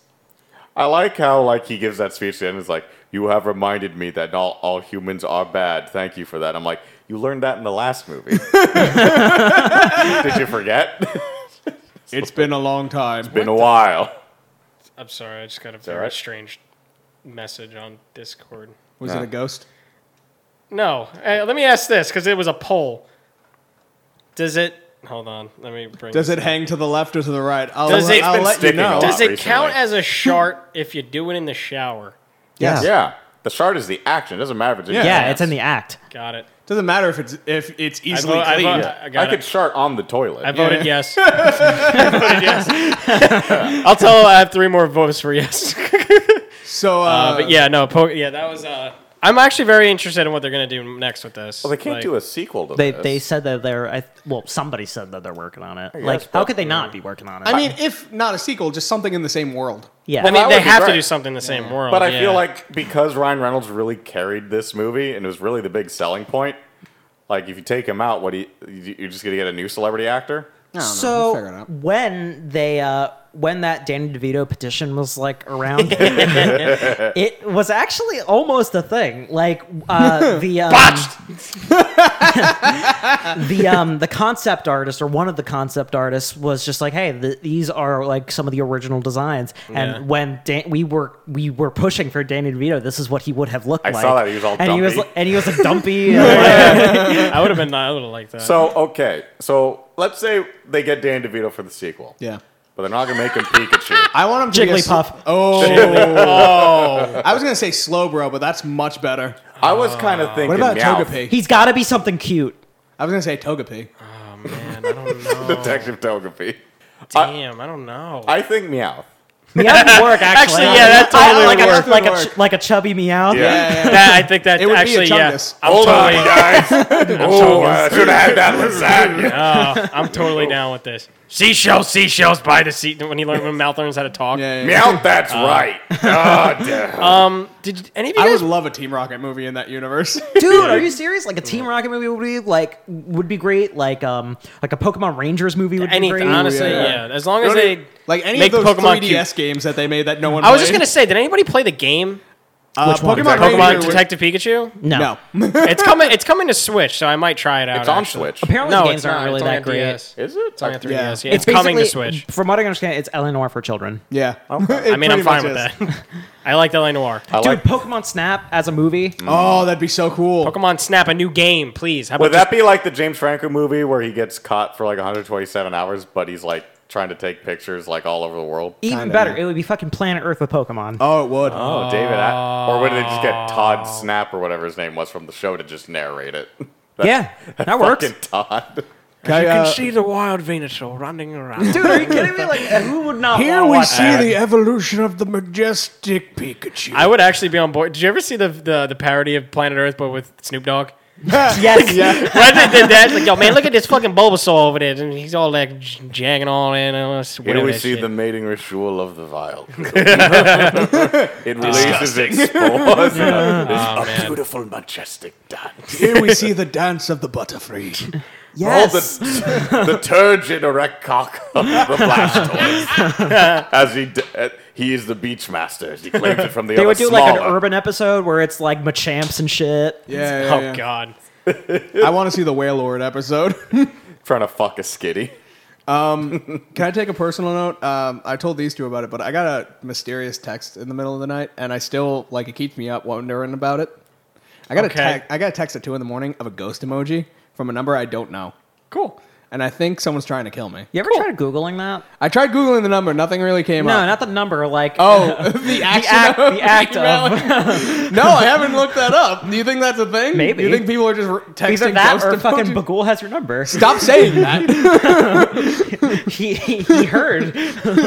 I like how like he gives that speech at the end. It's like, you have reminded me that all, all humans are bad. Thank you for that. I'm like, you learned that in the last movie. did you forget? It's been a long time. Been a while. I'm sorry, I just got a all very right. strange message on Discord. Was Yeah. it a ghost? No, Hey, let me ask this because it was a poll. Does it? Hold on, let me bring. Does this it hang to the left or to the right? I'll, Does let- it- I'll It's been let you sticking know. a Does lot it count recently. as a shart if you do it in the shower? Yes. Yeah. The shard is the action. It doesn't matter if it's in Yeah. your yeah, hands. it's in the act. Got it. Doesn't matter if it's if it's I, easily vo- I, clean. vo- I got I could it. shart on the toilet. I voted yes. I voted yes. I'll tell. I have three more votes for yes. So, uh, Uh, but yeah, no. Po- yeah, that was. Uh, I'm actually very interested in what they're gonna do next with this. well, they can't Like, do a sequel to They this. they said that they're I, well somebody said that they're working on it. guess, like how but- could they not be working on it? I mean, if not a sequel, just something in the same world. yeah. I mean, that they would be have to great. do something in the same world. But I yeah. feel like because Ryan Reynolds really carried this movie and it was really the big selling point, like if you take him out, what do you, you're just gonna get a new celebrity actor? I don't know. We'll figure it so out. when they uh when that Danny DeVito petition was like around, it was actually almost a thing. Like uh, the um, the um the concept artist or one of the concept artists was just like, hey, th these are like some of the original designs. And Yeah. when Dan- we were we were pushing for Danny DeVito, this is what he would have looked I like. saw that. He was all and he was dumpy. and he was a dumpy. and, like, I would have been. I would have liked that. So okay, so let's say they get Dan DeVito for the sequel, Yeah. but they're not gonna make him Pikachu. I want him to be a sl- Jigglypuff. oh. I was going to say Slowbro, but that's much better. I was kind of thinking, What about Meowth, Togepi? he's got to be something cute. I was going to say Togepi. oh man, I don't know. Detective Togepi. Damn, I don't know. I think Meowth. Meow would work actually. Actually, yeah, that totally like would a, work. like a That would ch- like a chubby meow. Yeah. that I think that It would be a actually yeah. Chungus. I'm Hold totally, on, guys. oh, I should have had that lasagna. uh, I'm totally down with this. Seashells, seashells by the sea. When he learned when Mouth learns how to talk. Yeah, yeah, yeah. Meowth, that's right. Oh, damn. Um, did any of you I guys? would love a Team Rocket movie in that universe. Dude, are you serious? Like a Team Rocket movie would be like would be great. Like um like a Pokemon Rangers movie would be Anything, great. honestly, Ooh, yeah. yeah. As long as Don't they even- like any Make of the those Pokemon 3DS games that they made that no one I was just played. gonna say, did anybody play the game Uh, Which one? Pokemon, Exactly. Pokemon Ranger- Detective Picikachu? No. No. it's coming. It's coming to Switch, so I might try it out. it's on actually. Switch. Apparently No, the it's games aren't not. really It's only that on great. DS. Is it? It's on the 3DS. Yeah, Yeah. it's coming to basically- Switch. From what I understand, it's Eleanor for children. Yeah. Okay. I mean, I'm fine with that. I like the Noir. I Dude, like Pokemon Snap as a movie. Oh, that'd be so cool. Mm. Pokemon Snap, a new game, please. How about Would that be like the James Franco movie where he gets caught for like 127 hours, but he's like trying to take pictures like all over the world? Even kinda, better, yeah. it would be fucking Planet Earth with Pokemon. Oh, it would. Oh, David, I, or would they just get Todd Snap or whatever his name was from the show to just narrate it? yeah, that works. Fucking Todd. Okay, uh, the wild Venusaur running around. Dude, are you kidding me? Like, who would not Here wanna we watch see that? the evolution of the majestic Pikachu. I would actually be on board. Did you ever see the, the the parody of Planet Earth, but with Snoop Dogg? Ah, Yes. Right, they did that. It's Like, yo, man, look at this fucking Bulbasaur over there, and he's all like j- jagging all in. And all this- Here whatever we that see shit. the mating ritual of the vial. it releases its spores. Oh, A man. beautiful, majestic dance. Here we see the dance of the butterfree. Yes. All the, the turgid erect cock of the Blastoise. as he d- uh, he is the beach master, as he claims it from the they other would do like an smaller. urban episode where it's like Machamps and shit. Yeah, yeah, Oh yeah. God. I want to see the Wailord episode. trying to fuck a skitty. Can I take a personal note? Um, I told these two about it, but I got a mysterious text in the middle of the night, and I still like it keeps me up wondering about it. I got Okay. a te- I got a text at two in the morning of a ghost emoji from a number I don't know, Cool. and I think someone's trying to kill me. You ever tried googling that? I tried googling the number, nothing really came No, up. not the number. Like oh, the action. act- of the act emailing. no, I haven't looked that up. Do you think that's a thing? Maybe. Do you think people are just r- texting either that ghost or emojis? fucking Bagul has your number. Stop saying that. he, he he heard.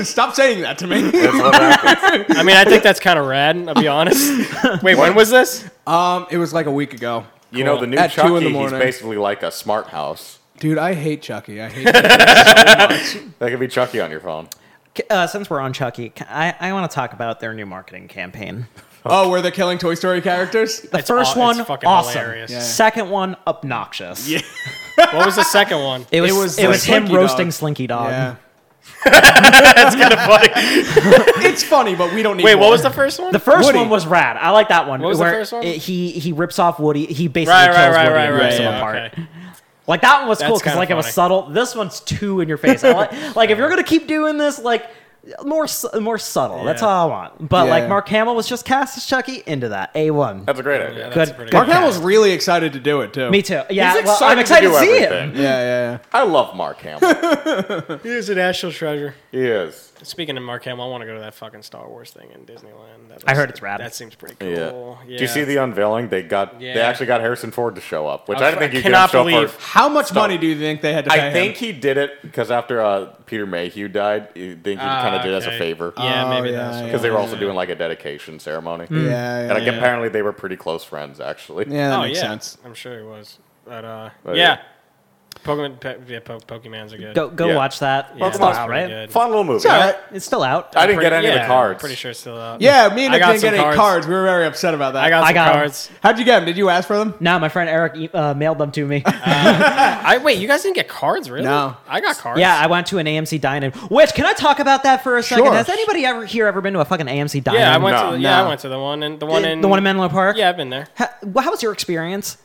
Stop saying that to me. That's what happens. I mean, I think that's kind of rad. I'll be honest. Wait, when was this? Um, it was like a week ago. You know, the new At two in the Chucky, he's morning. basically like a smart house. Dude, I hate Chucky. I hate Chucky. That could be Chucky on your phone. C- Uh, since we're on Chucky, c- I, want to talk about their new marketing campaign. oh, where they're killing Toy Story characters? The It's aw- first it's one, fucking awesome. hilarious. Yeah. Second one, obnoxious. What was the second one? It was It it was was, the him Slinky Dog. roasting Slinky Dog. Yeah. That's kind of funny. it's funny, but we don't need Wait, what more. was the first one? The first Woody. one was rad. I like that one. What was the where first one? it- he he rips off Woody. He basically right, kills right, right, Woody right, and right. rips him yeah, apart. okay. Like that one was cool because kinda like it was funny. subtle. This one's too in your face. I like, like if you're gonna keep doing this, like more su- more subtle. That's Yeah. all I want. But Yeah. like Mark Hamill was just cast as Chucky into that A one. That's a great idea. That's Good- pretty good Mark good. Hamill's really excited to do it, too. Me too. Yeah, He's well, I'm excited excited do to see it. everything. Yeah, yeah, I love Mark Hamill. He is a national treasure. he is. Speaking of Mark Hamill, I want to go to that fucking Star Wars thing in Disneyland. That I looks- heard it's rad. That seems pretty Yeah. cool. Yeah. Do you see the unveiling? They got they Yeah. actually got Harrison Ford to show up, which I- I, didn't think I you could cannot show up believe- for. yeah. How much money do you think they had to pay I him? think he did it because after uh, Peter Mayhew died, you think he kind of did it as Ah, a okay. favor. Yeah, Oh, maybe yeah, that's yeah. Because they were also doing like a dedication ceremony. Hmm. Yeah, yeah, And like, yeah. apparently they were pretty close friends, actually. Yeah, that oh, makes yeah. sense. I'm sure he was. But, uh, But, yeah. Oh, yeah. Pokemon, pe- yeah, po- Pokemons are good. Go go Yeah. watch that. yeah, it's still Pokemon's out, pretty right? good. Fun little movie. It's all right. It's still out. I didn't get any yeah, of the cards. Pretty sure it's still out. Yeah, me and I Nick got didn't some get any cards. cards. We were very upset about that. I got I some got 'em. cards. How'd you get them? Did you ask for them? Now my friend Eric e- uh, mailed them to me. I wait, you guys didn't get cards, really? No. I got cards. yeah, I went to an AMC dine-in. Which can I talk about that for a second? Sure. Has anybody ever here ever been to a fucking AMC dine-in? yeah, I went No. to the, yeah, No. I went to the one and the one in the one in Menlo Park. Yeah, I've been there. How, how was your experience?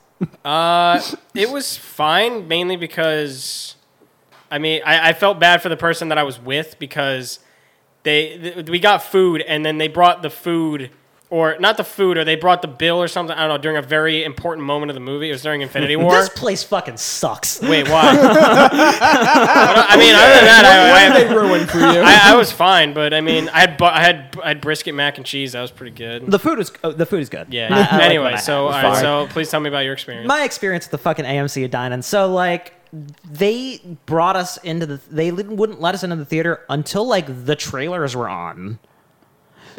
Uh, it was fine, mainly because, I mean, I, I felt bad for the person that I was with because they th- we got food and then they brought the food or not the food or they brought the bill or something. I don't know during a very important moment of the movie. It was during Infinity War. this place fucking sucks. Wait, why? But, I mean, other than that, I, I, They ruined for you. I, I was fine, but I mean, I had bu- I had I had brisket mac and cheese. That was pretty good. The food is oh, the food is good. yeah. I- I like what I anyway, had. so all fine. right, so please tell me about your experience. my experience at the fucking AMC dining. So like they brought us into the they li- wouldn't let us into the theater until like the trailers were on.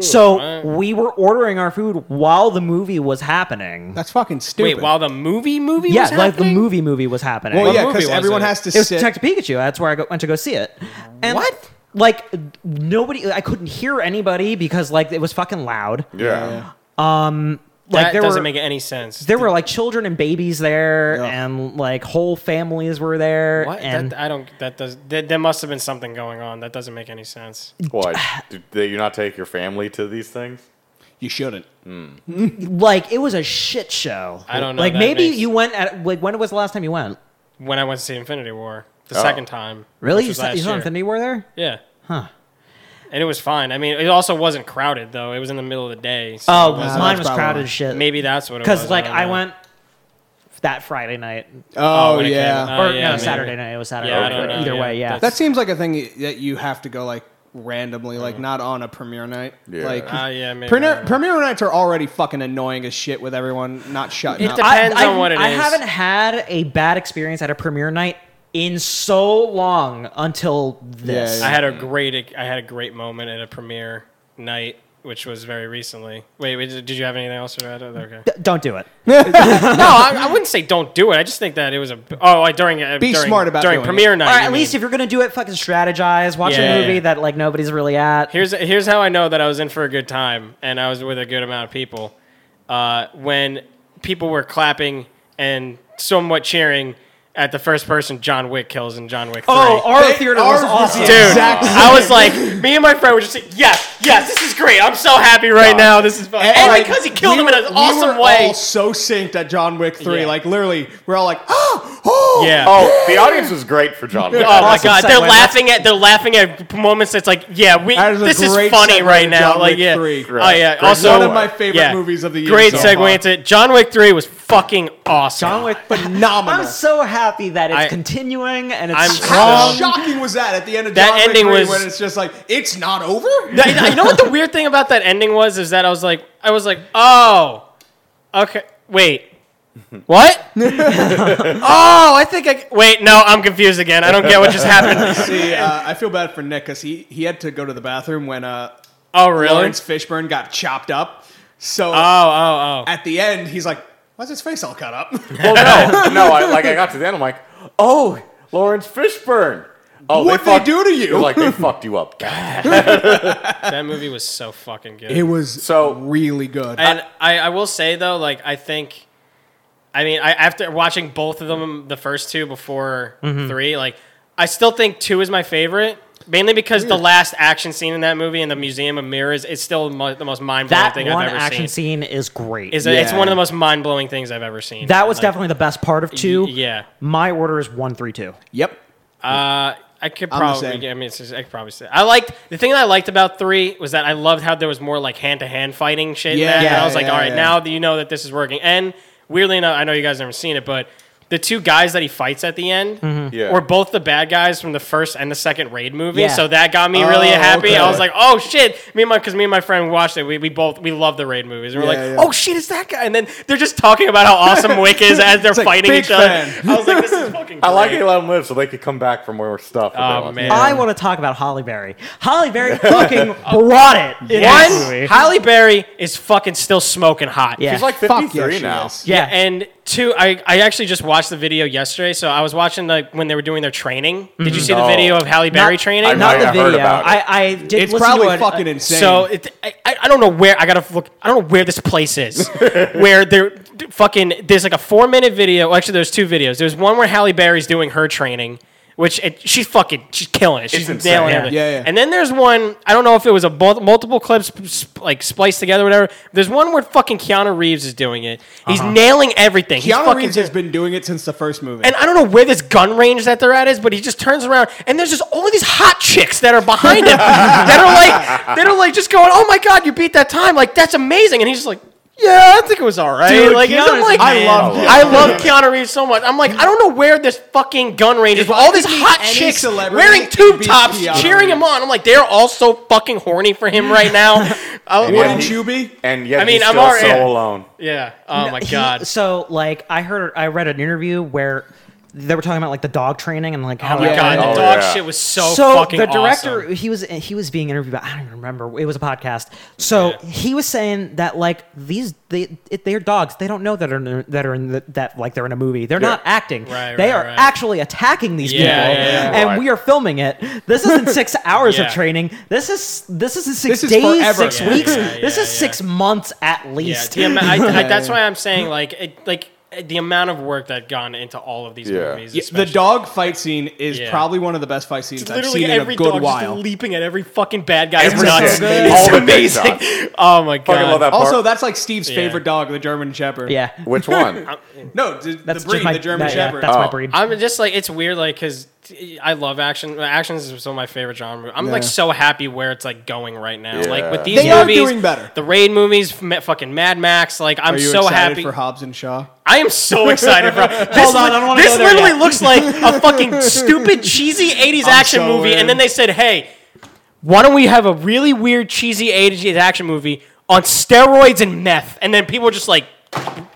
So Alright. we were ordering our food while the movie was happening. That's fucking stupid. Wait, while the movie movie yeah, was like the happening? movie movie was happening. well, What yeah, movie because was everyone it? has to it was sit. Detective Pikachu. That's where I go, went to go see it. And What? Like nobody, I couldn't hear anybody because like it was fucking loud. Yeah. Like that there doesn't were, make any sense. there were like children and babies there, Yeah. and like whole families were there. what? And that, I don't. That does. There, there must have been something going on. That doesn't make any sense. Why? Did did you not take your family to these things? you shouldn't. like it was a shit show. I don't know, Like that maybe makes- you went at like when was the last time you went? When I went to see Infinity War the Oh. second time, Really? which You was saw, last you saw year. Infinity War there? Yeah, Huh. and it was fine. I mean, it also wasn't crowded though. It was in the middle of the day. So Oh, it wasn't- mine Uh, that's was probably crowded why. as shit. maybe that's what it was. because like don't I know. went that Friday night Oh, when it came yeah. out. or yeah, no maybe. Saturday night. It was Saturday. Yeah, I night. don't know, Either yeah. way, yeah. That's- That seems like a thing that you have to go like randomly, like not on a premiere night. Yeah. Like Mm. Ah, yeah, maybe. premiere premiere nights are already fucking annoying as shit with everyone not shutting It up. depends. on what it I is. haven't had a bad experience at a premiere night in so long until this. Yeah, I had a great I had a great moment at a premiere night, which was very recently. Wait, wait did you have anything else to add? Okay. D- don't do it. no, I, I wouldn't say don't do it. I just think that it was a oh I- during uh, Be during, smart about during doing premiere night. Or at you mean. least if you're gonna do it, fucking strategize. Watch Yeah, a yeah, movie yeah. that like nobody's really at. Here's here's how I know that I was in for a good time and I was with a good amount of people. Uh, when people were clapping and somewhat cheering at the first person John Wick kills in John Wick 3. oh, our They- theater ours was was awesome. the Dude, Exact I was like, me and my friend were just like, yes, yes, this is great. I'm so happy right now. This is fun. And, like, because he killed we him in an were- we awesome were way. All so synced at John Wick three, Yeah. like literally, we're all like, oh, oh, yeah. Oh, Oh, the audience was great for John Wick. my awesome god, they're segue. laughing at they're laughing at moments that's like, yeah, we That is a this is great funny segue to right now. John like Wick yeah. 3. Oh yeah. Great Also one of my favorite yeah. movies of the year. Great so segue far. into it. John Wick 3 was fucking awesome. John Wick, but phenomenal. I'm so happy that it's I- continuing and it's I'm How strong. so- shocking was that at the end of That John Wick ending 3 was- when it's just like it's not over. I, I know what the weird thing about that ending was is that I was like, I was like, oh, okay, wait, what? oh, I think I wait. No, I'm confused again. I don't get what just happened. See, uh, I feel bad for Nick because he he had to go to the bathroom when uh, Oh, really? Lawrence Fishburne got chopped up. So Oh, oh, oh. at the end, he's like, "Why's his face all cut up?" Well, no, no. I, like I got to the end, I'm like, oh, Lawrence Fishburne. Oh, What'd they fucked- do to you? They're Like they fucked you up. That movie was so fucking good. It was So- so really good. Uh, and I, I will say though, like I think, I mean, I after watching both of them, the first two before Mm-hmm. three, like I still think two is my favorite, mainly because the last action scene in that movie in the Museum of Mirrors is still mo- the most mind blowing That thing one I've ever action seen. scene is great. Is it's Yeah. one of the most mind blowing things I've ever seen. that was Like, definitely the best part of two. Yeah, My order is one, three, two. yep. Uh, I could I'm the probably. same. I mean, it's just, I could probably say. I liked the thing that I liked about three was that I loved how there was more like hand to hand fighting shit. in Yeah, that, and I yeah, was like, yeah, all right, yeah. now that you know that this is working. And weirdly enough, I know you guys never seen it, but the two guys that he fights at the end Mm-hmm. Yeah. were both the bad guys from the first and the second raid movie. Yeah. So that got me really Oh, happy. I okay. was like, oh shit, me and my because me and my friend watched it. We, we both we love the raid movies. And we're Yeah, like, yeah. oh shit, it's that guy. And then they're just talking about how awesome Wick is as they're like, fighting big each other. fan. I was like, this is fucking. I like great. it. Let them live so they could come back for more stuff. if they Oh, want. man. I want to talk about Holly Berry. Holly Berry fucking brought it. in One, this movie. Halle Berry is fucking still smoking hot. Yeah. She's like Fuck yeah, 53 she now. is. yeah. And two, I, I actually just watched the video yesterday. So I was watching like when they were doing their training. Did you see the Oh. video of Halle Berry training? I Mm-hmm. Not might the have video. heard about it. I, I did. It's listen probably to it. uh, fucking insane. Uh, So it, I, I I don't know where I gotta look. I don't know where this place is. where they're d- fucking. There's like a four minute video. well, Actually, there's two videos. There's one where Halle Berry's doing her training, which it, she's fucking. She's killing it. She's insane. nailing Yeah. everything. Yeah, yeah. And then there's one. I don't know if it was a mul- multiple clips sp- like spliced together, or whatever. There's one where fucking Keanu Reeves is doing it. He's nailing everything. He's Uh-huh. Keanu fucking Reeves doing- has been doing it since the first movie. and I don't know where this gun range that they're at is, but he just turns around and there's just all these hot chicks that are behind him that are like that are like just going, "Oh my god, you beat that time! Like that's amazing!" And he's just like. Yeah, I think it was all right. Dude, like, I'm Keanu's like, I love Keanu I love Keanu Reeves so much. I'm like, I don't know where this fucking gun range is. If with I All could these meet hot any chicks celebrity, wearing it'd tube be tops, Keanu cheering him Reeves. on. I'm like, they're all so fucking horny for him right now. Oh, I, Yeah. Wouldn't you be? And yet I mean, he's I'm still already- so alone. yeah. Oh my He- god. so like I heard I read an interview where they were talking about like the dog training and like how Oh my that god. ended. The Oh, dog yeah. shit was so, so fucking the director awesome. he was he was being interviewed by, I don't even remember it was a podcast so he was saying that like these they it, they're dogs they don't know that are that are in the, that like they're in a movie they're not acting Right, they right, are right. actually attacking these Yeah, people yeah, yeah. and Right. we are filming it this isn't six hours Yeah. of training this is this is six This is days forever. six Yeah, weeks yeah, this yeah, is six months at least Yeah, the ama- I, I, that's why I'm saying like it, like the amount of work that gone into all of these Yeah. movies. Yeah, the especially. dog fight scene is Yeah. probably one of the best fight scenes I've literally seen in every a good dog while. just leaping at every fucking bad guy's Every nuts. shit. All It's the big amazing. dogs. Oh my god. Fucking love that part. Also, that's like Steve's Yeah. favorite dog, the German Shepherd. yeah Which one? No, d- that's the breed, just my the German that- yeah, Shepherd. that's my Oh. breed I'm just like it's weird, like because I love action. Actions is still my favorite genre. I'm like Yeah. so happy where it's like going right now. Like Yeah. with these They are movies, doing better. The raid movies, f- fucking Mad Max. Like I'm Are you so excited happy for Hobbs and Shaw? I am so excited, bro. This Hold on, I don't wanna This go there literally yet. looks like a fucking stupid, cheesy '80s action so movie, in. and then they said, "Hey, why don't we have a really weird, cheesy '80s action movie on steroids and meth?" And then people were just like,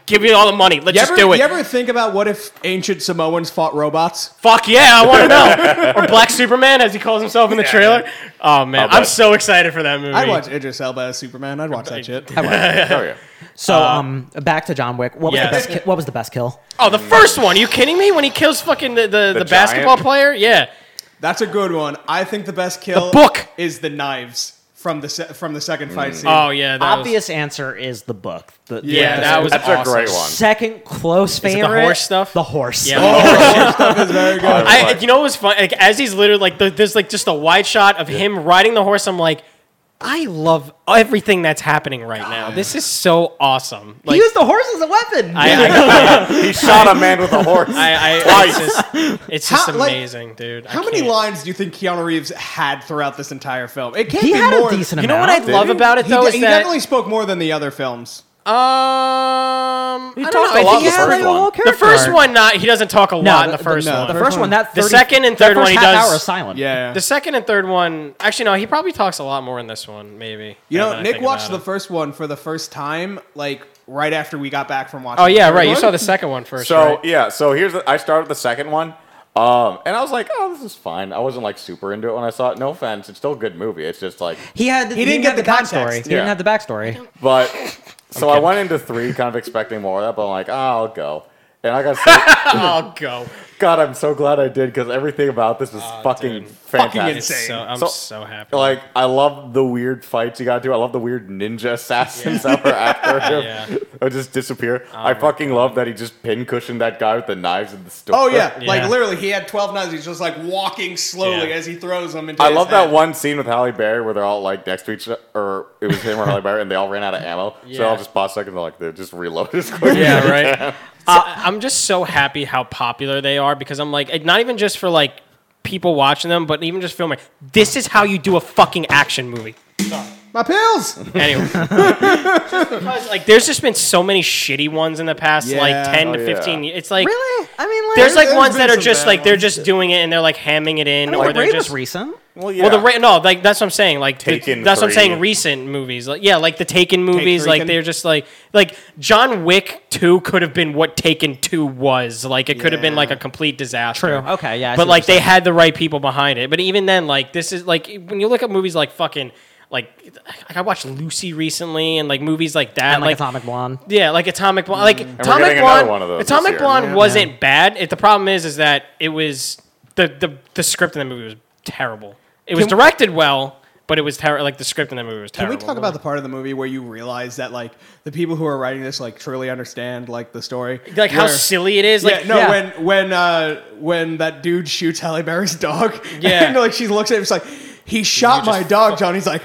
"Give me all the money. Let's You just ever, do it." you ever think about what if ancient Samoans fought robots? Fuck yeah, I want to know. or Black Superman, as he calls himself in the trailer. Oh man, I'll I'm bet. so excited for that movie. I'd watch Idris Elba as Superman. I'd watch that shit. Oh, yeah. So Uh, um, back to John Wick. What was yeah. the best? Ki- what was the best kill? Oh, the first one. Are you kidding me? When he kills fucking the, the, the, giant? basketball player? Yeah. That's a good one. I think the best kill book. is the knives from the se- from the second fight scene. Oh yeah. That was- Obvious answer is the book. The, the Yeah, book. that was That's awesome. a great one. second close it the favorite. horse stuff? The horse. Yeah. Oh, That was very good. I, Like- you know what was fun? Like, as he's literally like, the, there's like just a wide shot of him riding the horse. I'm like, I love everything that's happening right now. This is so awesome. he Like, used the horse as a weapon. I, I, He shot a man with a horse. I, I- it's just, it's just How- like, amazing, dude. I How many can't- lines do you think Keanu Reeves had throughout this entire film? It can't he be had more. a decent You know amount. what I love he? about it he, though de- is he that definitely spoke more than the other films. um, I don't talked a know. I lot think in the he first had, like, one. a whole The first one, not he doesn't talk a No, lot in the the- first no, one. The the first one. That The 30 second and that third first one he half does- Hour is silent. Yeah. The second and third one, actually no, he probably talks a lot more in this one. Maybe you now know, that I Nick think about watched it. the first one for the first time, like right after we got back from watching. Oh the yeah, third right. You one. saw the second one first. So right? yeah, so here's the, I started the second one, um, and I was like, oh, this is fine. I wasn't like super into it when I saw it. No offense, it's still a good movie. It's just like, He had. He, didn't have get the context. backstory. He Yeah. didn't have the backstory. but so I went into three kind of expecting more of that, but I'm like, oh, I'll go. And I got so, I'll go. God, I'm so glad I did because everything about this was fucking Ah, dude. fantastic. Fucking It's Insane. so, I'm So- so, happy. Like I love the weird fights you got to. I love the weird ninja assassins that were after him. Yeah. Ah, I just disappear. I fucking love that he just pin cushioned that guy with the knives in the store. Oh yeah. like Yeah. literally, he had twelve knives. He's just like walking slowly Yeah. as he throws them. Into I his love that head. one scene with Halle Berry where they're all like next to each other, or it was him or Halle Berry, and they all ran out of ammo. So Yeah. they all just pause a second. They're like, they just reload as quick. yeah, right. Uh, I'm just so happy how popular they are because I'm like, it- not even just for like people watching them, but even just filming. This is how you do a fucking action movie. My pills. Anyway, Just because, like, there's just been so many shitty ones in the past Yeah. like 10 Oh, to 15 yeah. years. It's like, Really? I mean, like, there's like There's ones been that are some just bad like, they're ones. just doing it and they're like hamming it in, I mean, or like, they're Raid just was recent. Well, yeah. Well, the ra- no, like that's what I'm saying. Like the- Taken that's what I'm three. saying. Recent movies, like yeah, like the Taken movies, Taken. like they're just like like John Wick Two could have been what Taken Two was. Like it could have been Yeah. like a complete disaster. True. Okay, yeah, I see what but like you're they had the right people behind it. But even then, like this is like when you look at movies like fucking like like I watched Lucy recently, and like movies like that, And like, like. Atomic Blonde. yeah, like Atomic Blonde. Like Atomic Mm. getting another Blonde. one of those this Atomic year. Blonde Yeah. wasn't bad. It, the problem is, is that it was the, the the script in the movie was terrible. It was directed well, but it was terrible. Like the script in the movie was Can terrible. we talk about the part of the movie where you realize that like the people who are writing this like truly understand like the story? like how Where- silly it is? Like yeah, no, yeah. when when uh when that dude shoots Halle Berry's dog, Yeah. and like she looks at him, she's like, he shot my just dog, John. He's like,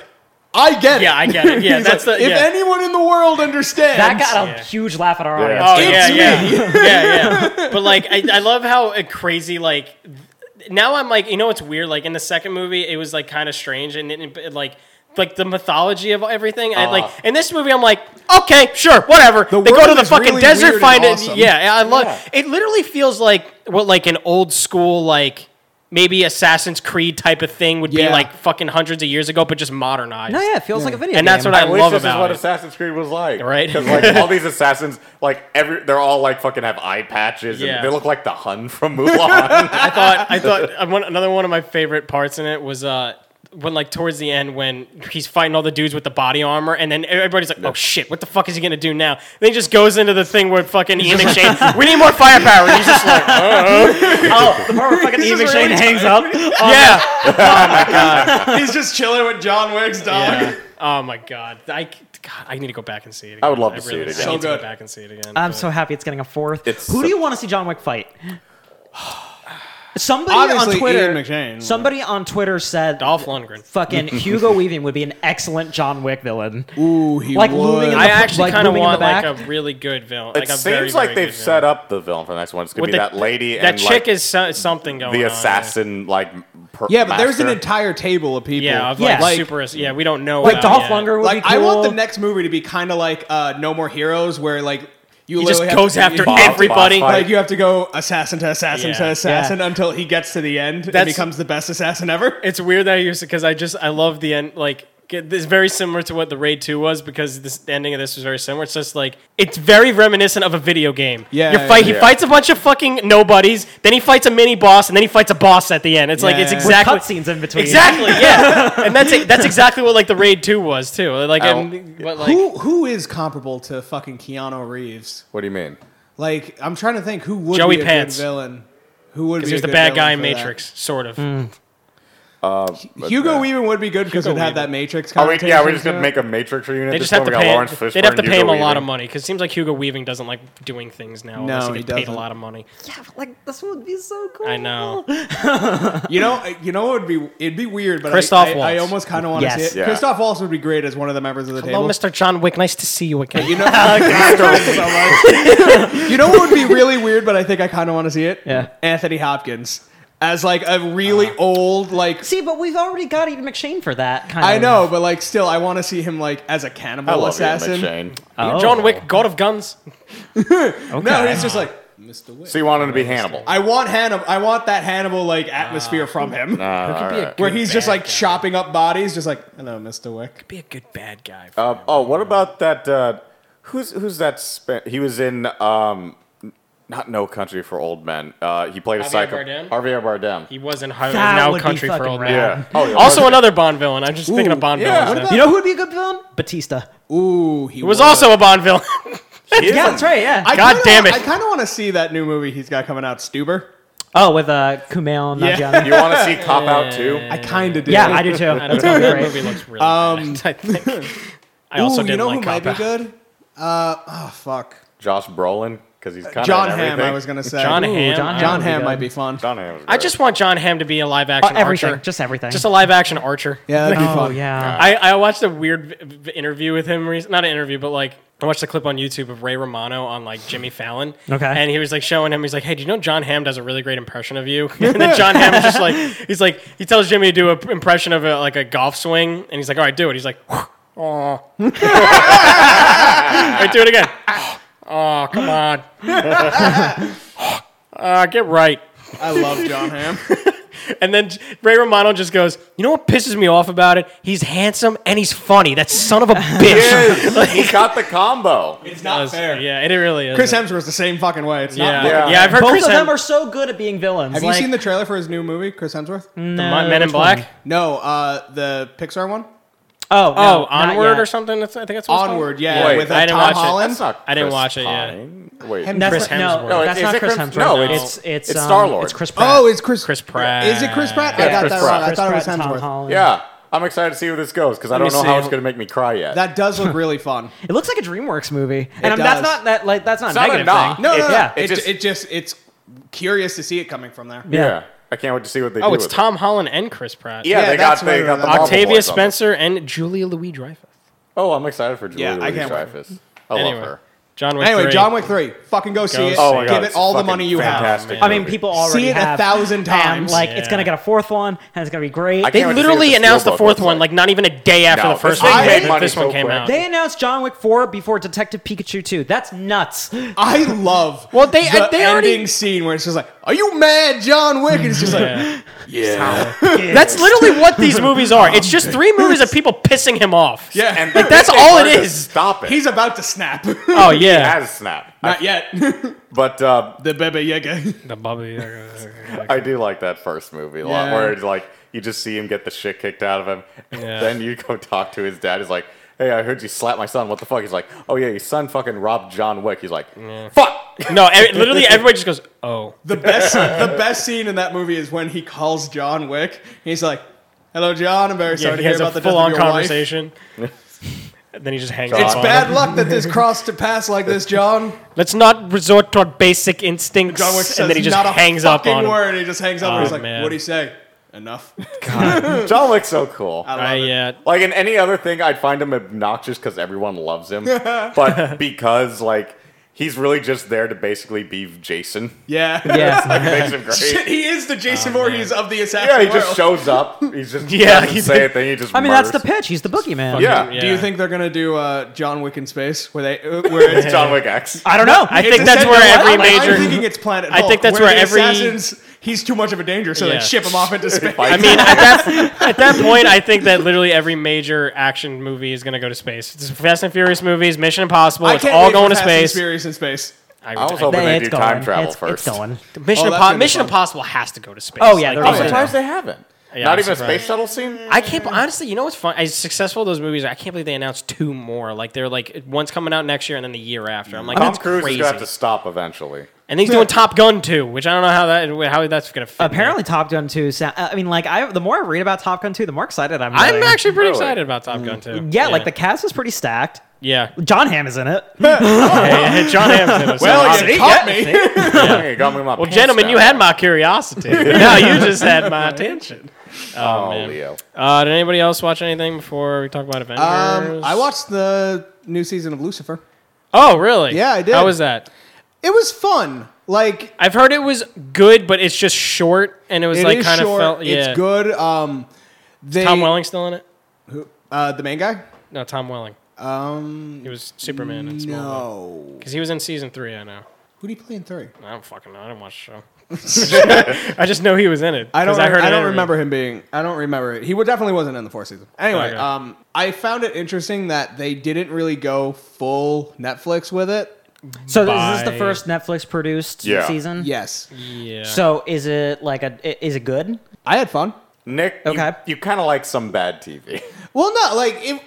I get it. Yeah, I get it. Yeah, He's that's like, the- if yeah. anyone in the world understands. That got a Yeah. huge laugh at our Yeah. audience. Oh It's yeah, yeah, yeah, yeah. But like, I, I love how uh, crazy like. th- Now I'm like, you know, it's weird. Like in the second movie, it was like kind of strange, and it, it, like, like the mythology of everything. I, Uh. like in this movie, I'm like, okay, sure, whatever. The they go world to the is fucking really weird desert, and find awesome. it. Yeah, I love. Yeah. It literally feels like what like an old school like. Maybe Assassin's Creed type of thing would Yeah. be like fucking hundreds of years ago, but just modernized. No, yeah, it feels like a video And game. that's what I I wish love this is about what it. Assassin's Creed was like, Right? Because like all these assassins, like every, they're all like fucking have eye patches, and Yeah. they look like the Hun from Mulan. I thought I thought uh, one, another one of my favorite parts in it was uh when like towards the end when he's fighting all the dudes with the body armor and then everybody's like, oh shit, what the fuck is he gonna do now? And then he just goes into the thing where fucking Ian McShane, we need more firepower. And he's just like, Oh, the part where fucking Ian just McShane really hangs up. Oh, yeah, He's just chilling with John Wick's dog. yeah. Oh my god, I God, I need to go back and see it. Again. I would love to see it I need again. So to go good. back and see it again. I'm but- so happy it's getting a fourth. It's Who so- do you want to see John Wick fight? Somebody Obviously, on Twitter. Ian McShane. Somebody on Twitter said Dolph Lundgren. fucking Hugo Weaving would be an excellent John Wick villain. Ooh, he Like would. moving in I the- actually like, kind of moving in the want like a back. really good villain. it like a seems very, like very they've good set villain. up the villain for the next one. It's gonna With be the- that lady That and chick like, is so, something going the on, yeah. assassin, like per- yeah, but there's an master. entire table of people. Yeah, of Yeah. like, Like- super. Yeah, we don't know. Like about Dolph yet. Lundgren would Like be cool. I want the next movie to be kind of like uh, No More Heroes, where like you He literally just have goes to be after involved. boss everybody. fight. Like you have to go assassin to assassin to Yeah. assassin until he gets to the end and That's- becomes the best assassin ever. It's weird that I used because I just I love the end. Like get- this is very similar to what the raid two was because this the ending of this was very similar. It's just like it's very reminiscent of a video game. Yeah, you yeah, fight. yeah. He fights a bunch of fucking nobodies. Then he fights a mini boss, and then he fights a boss at the end. It's like it's Yeah. With exactly cutscenes in between. Exactly. Yeah, and that's that's exactly what like the raid two was too. Like, Ow. and, but like Who who is comparable to fucking Keanu Reeves? What do you mean? Like I'm trying to think who would Joey be a Pants. good villain. Who would be he was the a good bad guy in villain for Matrix, sort of. That. Hugo Weaving would be good because it Hugo had Weaving. that Matrix. Are we, yeah, we're connotation just gonna it. make a Matrix reunion. They This just have to one we got pay. Lawrence Fishburne, they'd have to pay him Hugo a lot of Weaving. money because it seems like Hugo Weaving doesn't like doing things now. unless No, he he gets paid a doesn't. lot of money. Yeah, but, like this would be so cool. I know. You know, you know, it would be it'd be weird, but Christoph I, I, I Waltz. almost kind of want to Yes. see it. Yeah. Christoph Waltz would be great as one of the members of the Hello, table. Mr. John Wick. Nice to see you again. You know, you know what would be really weird, but I think I kind of want to see it. Yeah. Anthony Hopkins as like a really old like. See, but we've already got Ian McShane for that kind I of. know, but like still, I want to see him like as a cannibal I love assassin. Ian McShane. Oh. John Wick, God of Guns. No, he's just like Mr. Wick. So you want him to be Hannibal? I want Hannibal. I want that Hannibal like atmosphere from him, Uh, all right. where he's just like chopping up bodies, just like hello, Mr. Wick. Be a good bad guy. Uh, oh, what about that? Uh, who's who's that? Spa- he was in um, not No Country for Old Men. Uh, he played a Javier psycho. Bardem? Javier Bardem. he was in High That Now would be Country for fucking Old rad. Men. yeah. Oh, yeah. Also another Bond villain. I'm just thinking Ooh, of Bond yeah, villains. what now. about- You know who would be a good villain? Batista. Ooh, he It was also a Bond villain. yeah, that's right. Yeah. I God kinda damn wa- it. I kind of want to see that new movie he's got coming out, Stuber. oh, with uh, Kumail Yeah. Nanjiani. You want to see Cop Out too? I kind of do. Yeah, I do too. I don't That's gonna know. be That great. movie looks really um, bad. I think. I also Ooh, didn't you know like who might be Cop Out. good? Uh, oh fuck, Josh Brolin because he's kind of John Hamm. I was gonna say John Ooh, Hamm. John I- Hamm. John would be Hamm good. might be fun. John Hamm. was I great. just want John Hamm to be a live Uh, action everything, archer. just everything. Just a live action archer. Yeah, that'd be oh fun. yeah. I, I watched a weird v- v- interview with him. Recently. Not an interview, but like I watched a clip on YouTube of Ray Romano on like Jimmy Fallon. Okay. And he was like showing him. He's like, "Hey, do you know John Hamm does a really great impression of you?" and then John Hamm is just like, he's like, he tells Jimmy to do an impression of a, like a golf swing, and he's like, "All right, do it." He's like, "Oh." Wait, do it again. Oh, come on. uh, get right. I love John Hamm. And then J- Ray Romano just goes, You know what pisses me off about it? He's handsome and he's funny. That son of a He bitch. is. he got the combo. It's not fair. Yeah, it really is. Chris Hemsworth's the same fucking way. It's yeah. not. Yeah. fair. yeah, I've heard Both Chris of them Hem- are so good at being villains. Have Like, you seen the trailer for his new movie, Chris Hemsworth? the No, Men in which one? Black. No, uh, the Pixar one. Oh, no, Oh, not Onward yet. or something. That's, I think that's what it's called. Onward, yeah, Wait, with uh, I didn't Tom watch it. Holland. That's not. I didn't Chris watch it yet. Pine. Wait. Hemsworth. That's Chris not, no, Hemsworth. No, that's is not it Chris Chris- Hemsworth. no, it's it's- it's, it's um, Star-Lord. It's Chris Pratt. Oh, it's Chris. Chris Pratt. Is it Chris Pratt? I Yeah, got Chris that Pratt. wrong. I Chris thought it was Pratt and Tom Hemsworth. Holland. Yeah, I'm excited to see where this goes because I me don't know see. how it's going to make me cry yet. That does look really fun. It looks like a DreamWorks movie, and I'm, does. that's not that like that's not not a negative knock. thing. No, It- no, no. yeah. It, it ju- just- it just it's curious to see it coming from there. yeah. I can't wait to see what they do. Oh, it's with it. Tom Holland and Chris Pratt. Yeah, Yeah, they that's got they what- got the Marvel Octavia boys on them. Spencer and Julia Louis Dreyfus. Oh, I'm excited for Yeah, Julia I Louis can't wait. Dreyfus. I Anyway, love her. John Wick. Anyway, 3. John Wick three. Fucking go see Go see it. Oh my God, Give it it's all the fucking money you fantastic. have. I mean, people already See it a have thousand and, times. like it's Yeah. gonna get a fourth one, and it's gonna be great. I They can't wait to see what literally the announced the Steelbook fourth looks one like. like not even a day after No, the first this one. thing made that money this one so came quick. out. they announced John Wick four before Detective Pikachu two. That's nuts. I love Well, they- the they ending already- scene where it's just like, "Are you mad, John Wick?" And it's just like, That's literally what these movies are. It's just three movies of people pissing him off. "Yeah, And that's they all learned it to is. Stop it. he's about to snap." Oh he yeah. has snap. Not yet. But uh, the Bebe Yaga. The Bobby. I do like that first movie a lot, Yeah. where it's like you just see him get the shit kicked out of him. Yeah. Then you go talk to his dad. He's like, "Hey, I heard you slap my son. What the fuck?" He's like, "Oh yeah, your son fucking robbed John Wick." He's like, "Fuck." No, e- literally everybody just goes, "Oh." The best, the best scene in that movie is when he calls John Wick. He's like, "Hello, John. I'm very Yeah, sorry he to hear has a about the death of full-on your wife. conversation. and then he just hangs up. It's on bad him. luck that this crossed to pass like this, John." Let's not resort to our basic instincts. John Wick says and then he just not a hangs up fucking on him. word. He just hangs up. and Oh, he's like, man. "What do you say?" Enough. John Wick's so cool. I, uh, yeah. Like in any other thing, I'd find him obnoxious because everyone loves him, but because like he's really just there to basically be Jason. Yeah. Yeah, It makes him great. Shit, he is the Jason Oh, Voorhees of the assassin Yeah, he world. just shows up. He's just Yeah, yeah, doesn't he say did. a thing. He just. I mean that's the murders. pitch. He's the boogeyman. Yeah. Do you think they're gonna do uh, John Wick in space? Where they, uh, where it's John Wick X. I don't know. I It's think that's essentially- where I'm- every I'm- I'm major. thinking it's Planet. I Hulk, think that's where, where the every- assassins. He's too much of a danger, so Yeah. they ship him off into space. I I mean, at that, at that point, I think that literally every major action movie is going to go to space. It's Fast and Furious movies, Mission Impossible, I Oh, it's can't all wait going for to Fast and space. Furious in space. I, I was I- hoping they It's do going. time travel it's, first. It's going. Mission, Oh, that's Impo- gonna be Mission fun. Impossible has to go to space. Oh, yeah, they're Like, oh, I'm Yeah. surprised they haven't. Yeah, Not I'm even a surprised. space shuttle scene. I can't honestly. You know what's fun? As successful those movies are, I can't believe they announced two more. Like they're like one's coming out next year and then the year after. I'm like, Tom that's Cruise crazy. is gonna have to stop eventually. and he's doing Top Gun too, which I don't know how that how that's gonna. Fit Apparently, Top Gun two. sa- I mean, like I the more I read about Top Gun two, the more excited I'm. I'm getting. actually pretty Really? excited about Top Gun Mm, too. Yeah, like the cast is pretty stacked. yeah. John Hamm is in it. Hey, hey, John Hamm's in it, so- Well, you you caught me. Hey, you got me my well, gentlemen, you had my curiosity. now you just had my attention. Oh, Leo. Uh, did anybody else watch anything before we talk about Avengers? Um, I watched the new season of Lucifer. Oh, really? Yeah, I did. How was that? It was fun. Like I've heard it was good, but it's just short, and it was it is like kind short. of felt. Yeah. It's good. Um, they, Tom Welling still in it? uh, the main guy. No, Tom Welling. Um, He was Superman in Smallville. no. Because he was in season three, I know. Who do you play in three? I don't fucking know. I didn't watch the show. I just know he was in it. I don't. 'cause I, heard an I don't interview. remember him being. I don't remember it. He wa- definitely wasn't in the fourth season. Anyway, Okay. um, I found it interesting that they didn't really go full Netflix with it. So this is the Bye. first Netflix produced Yeah. Mm. season. Yes, Yeah. So is it like a? i- Is it good? I had fun. Nick, Okay. you, you kind of like some bad TV. Well, no, like it.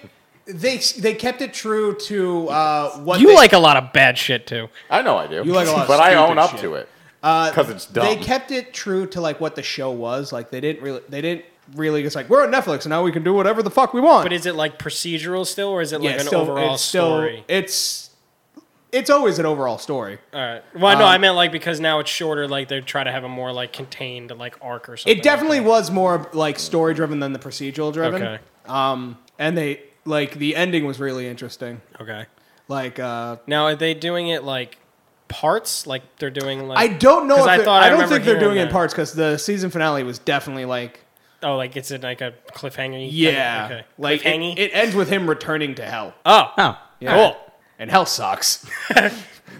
they they kept it true to uh, what You they, like a lot of bad shit too. I know I do. You like a lot of but I stupid own up shit. to it because it's dumb. They kept it true to like what the show was. Like they didn't really they didn't really just like we're on Netflix and now we can do whatever the fuck we want. But is it like procedural still, or is it like Yeah, an still- overall it's still- story? It's it's always an overall story. All right. Well, Um, no, I meant like because now it's shorter. Like they try to have a more like contained like arc or something. It definitely Like was more like story driven than the procedural that. driven. okay. Um, and they like the ending was really interesting. Okay. Like uh, Now are they doing it like parts? Like they're doing like I don't know. 'Cause If I they're- thought I I don't remember think they're hearing doing it in that. parts because the season finale was definitely like oh like it's in like a cliffhanger. yeah, Okay. like cliffhangy. it, it ends with him returning to hell. oh. Oh, Yeah. Cool. And hell sucks.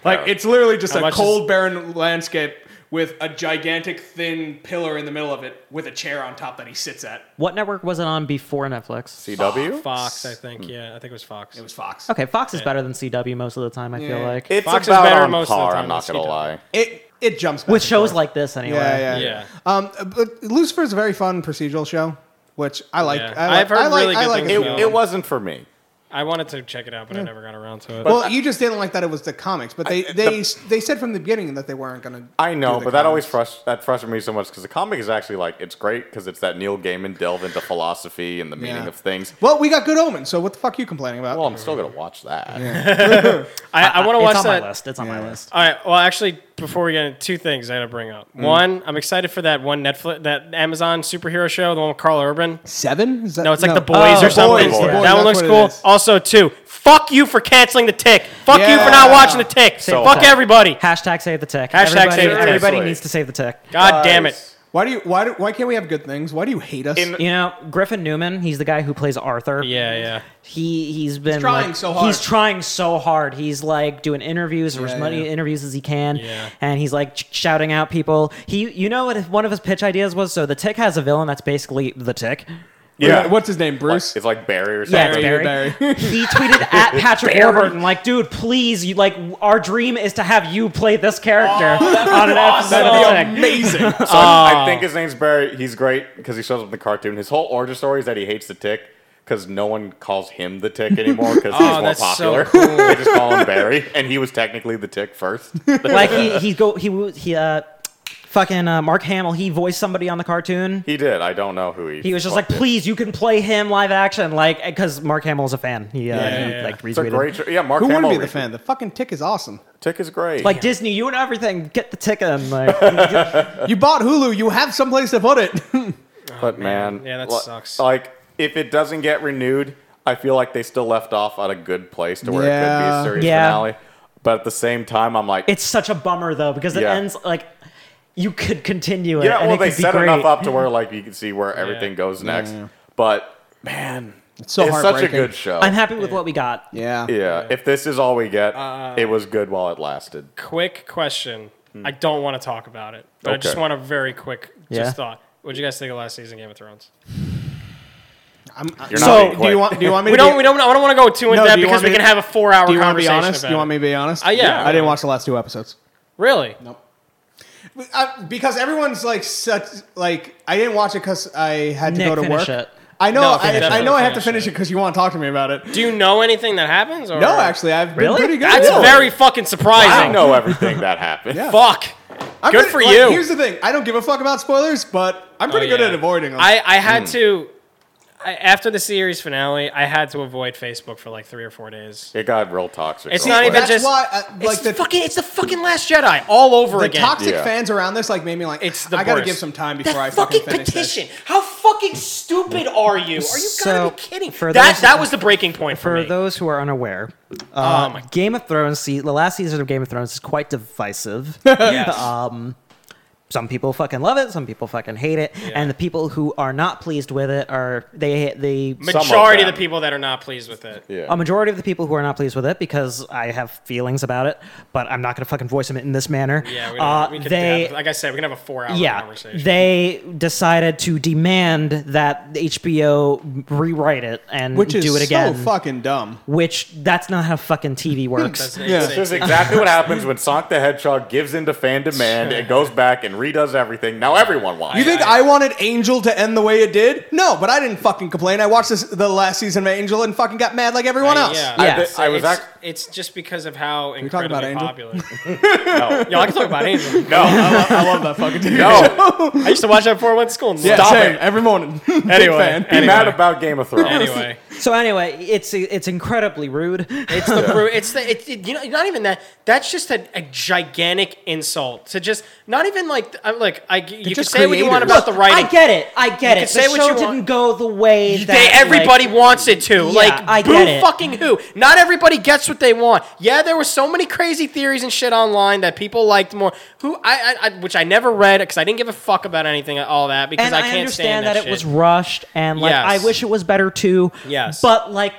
like it's literally just a Oh. much is- cold, barren landscape with a gigantic thin pillar in the middle of it with a chair on top that he sits at. what network was it on before Netflix? CW. Fox, I think. Yeah, I think it was Fox. hmm. It was Fox. Okay, Fox is better than CW most of the time. I feel Yeah. like It's Fox is about better on most of the par. time I'm with not gonna CW. lie. It it jumps back with and shows forth. like this anyway. yeah, yeah, Yeah. Um, but Lucifer's a very fun procedural show, which I like. Yeah. I like I've heard I like, really I good like things it. It, Yeah. it wasn't for me. I wanted to check it out, but I never got around to it. Well, you just didn't like that it was the comics, but they I- they they said from the beginning that they weren't gonna. I know, do the but that always comics. frust- that frustrated me so much because the comic is actually like it's great because it's that Neil Gaiman delve into philosophy and the meaning Yeah. of things. Well, we got Good Omen, so what the fuck are you complaining about? Well, I'm still gonna watch that. I, I want to watch it's on that. my list. It's on my list. All right. Well, actually, before we get into two things, I gotta bring up. Hmm. One, I'm excited for that one Netflix, that Amazon superhero show, the one with Carl Urban. Seven? Is that, No, it's like the boys Oh, or something. Boys, The Boys, that one looks that's what it cool. is. Also, two, fuck you for canceling the tick. Fuck you for not Yeah. watching the tick. So- fuck everybody. Hashtag save the tick. Hashtag everybody, save the tick. Everybody Seriously. needs to save the tick. God damn it. Why do you why do, why can't we have good things? Why do you hate us? In- You know, Griffin Newman. He's the guy who plays Arthur. Yeah, yeah. He he's been trying like- so hard. He's trying so hard. He's like doing interviews or as Yeah, many yeah. interviews as he can, Yeah. and he's like ch- shouting out people. He you know what? One of his pitch ideas was so the Tick has a villain that's basically the Tick. yeah, What's his name? Bruce. It's like Barry or Yeah, it's something. Barry, Barry. Barry. he tweeted at Patrick Warburton like, dude, please, you like our dream is to have you play this character Oh, on an episode of the Tick. Amazing. So I'm- I Oh. think his name's Barry. He's great because he shows up in the cartoon. His whole origin story is that he hates the tick because no one calls him the tick anymore because he's more Oh, that's so popular. cool. they just call him Barry, and he was technically the tick first. like he he go he was- he uh fucking uh, Mark Hamill he voiced somebody on the cartoon. He did. I don't know who he. He was just like, fucked it. please, you can play him live action, like because Mark Hamill's a fan. He, uh, Yeah, he yeah, like It's a retweeted. great. Yeah, Mark Who Hamill. wouldn't be the retweeted. fan? The fucking tick is awesome. Tick is great. like Disney, you and everything, get the ticket. And like, You bought Hulu. You have someplace to put it. But man, Yeah, that li- sucks. Like, if it doesn't get renewed, I feel like they still left off at a good place to where it could be Yeah. a series Yeah. finale. But at the same time, I'm like, it's such a bummer though because it Yeah. ends like you could continue it. yeah, and well, it they could be set great. enough up to where like you can see where everything goes next. But man, it's, so such a heartbreaking. good show. I'm happy with what we got. yeah. yeah, if this is all we get, Uh, it was good while it lasted. Quick question. I don't want to talk about it, but I just Okay. want a very quick just Yeah. thought. What'd you guys think of last season Game of Thrones? I'm, You're not so being do quick. you want? Do you want me? We to don't. Be, We don't. I don't want to go too in No, depth do you because want we me can to- have a four-hour Do you want to be conversation honest? about Do you it. want me to be honest? Uh, yeah. I didn't watch the last two episodes. Really? I, uh, because everyone's like such like I didn't watch it because I had to Nick, go to finish work. it. I know No, finish I, I it. know I have to Finish finish it because you want to talk to me about it. Do you know anything that happens? Or? No, actually, I've Really? been pretty good. That's yeah. very fucking I surprising. know everything that happened. Yeah. Fuck. I'm good pretty- for like, you. Here's the thing: I don't give a fuck about spoilers, but I'm pretty Oh, good yeah. at avoiding them. I, I had to, I, after the series finale, I had to avoid Facebook for like three or four days. It got real toxic. It's real not quick. even That's just why, uh, it's like the- fucking it's the fucking Last Jedi all over the again. toxic Yeah. fans around this like made me like It's the I gotta worst. give some time that before I fucking, fucking finish petition. This. How fucking stupid are you? Are you So, gotta be kidding? for that those- that was the breaking point for, For uh, me. those who are unaware, oh my Game of Thrones, se- the last season of Game of Thrones is quite divisive. yes. uh, some people fucking love it, some people fucking hate it, and the people who are not pleased with it are they they of Majority of, them. the people that are not pleased with it. Yeah. a majority of the people who are not pleased with it because I have feelings about it, but I'm not going to fucking voice them in this manner. Yeah, we, Uh, we could they have, like I said, we can have a four-hour yeah, conversation. they decided to demand that HBO rewrite it and Which is do it again. so fucking dumb. which that's not how fucking TV works. That's- Yeah. This is exactly what happens when Sonic the Hedgehog gives in to fan demand and goes back and redoes everything. Now everyone wants. You think I, wanted Angel to end the way it did? No, but I didn't fucking complain. I watched this, the last season of Angel and fucking got mad like everyone else. Yeah, Yeah. It's- I was it's, act- it's just because of how talking about incredibly Angel? popular. Yo, I can talk about Angel. No, I, love, that fucking TV. no. I used to watch that before I went to school. Yeah, Stop same, it. every morning. Big Anyway. fan. Be mad about Game of Thrones. Anyway, So anyway, it's it's incredibly rude. it's the pro- it's the it's it, you know not even that. That's just a, a gigantic insult to just not even like I'm like I you can just say what you want creators. about the writing. I get it. I get You it. can The say what show you didn't want. go the way that they, everybody like, wants it to. like, I boo get it. fucking who? Not everybody gets what they want. Yeah, there were so many crazy theories and shit online that people liked more. Who I, I, I which I never read because I didn't give a fuck about anything uh, all that because and I I, can't understand stand that, that, shit. it was rushed and like Yes. I wish it was better too. Yes. But like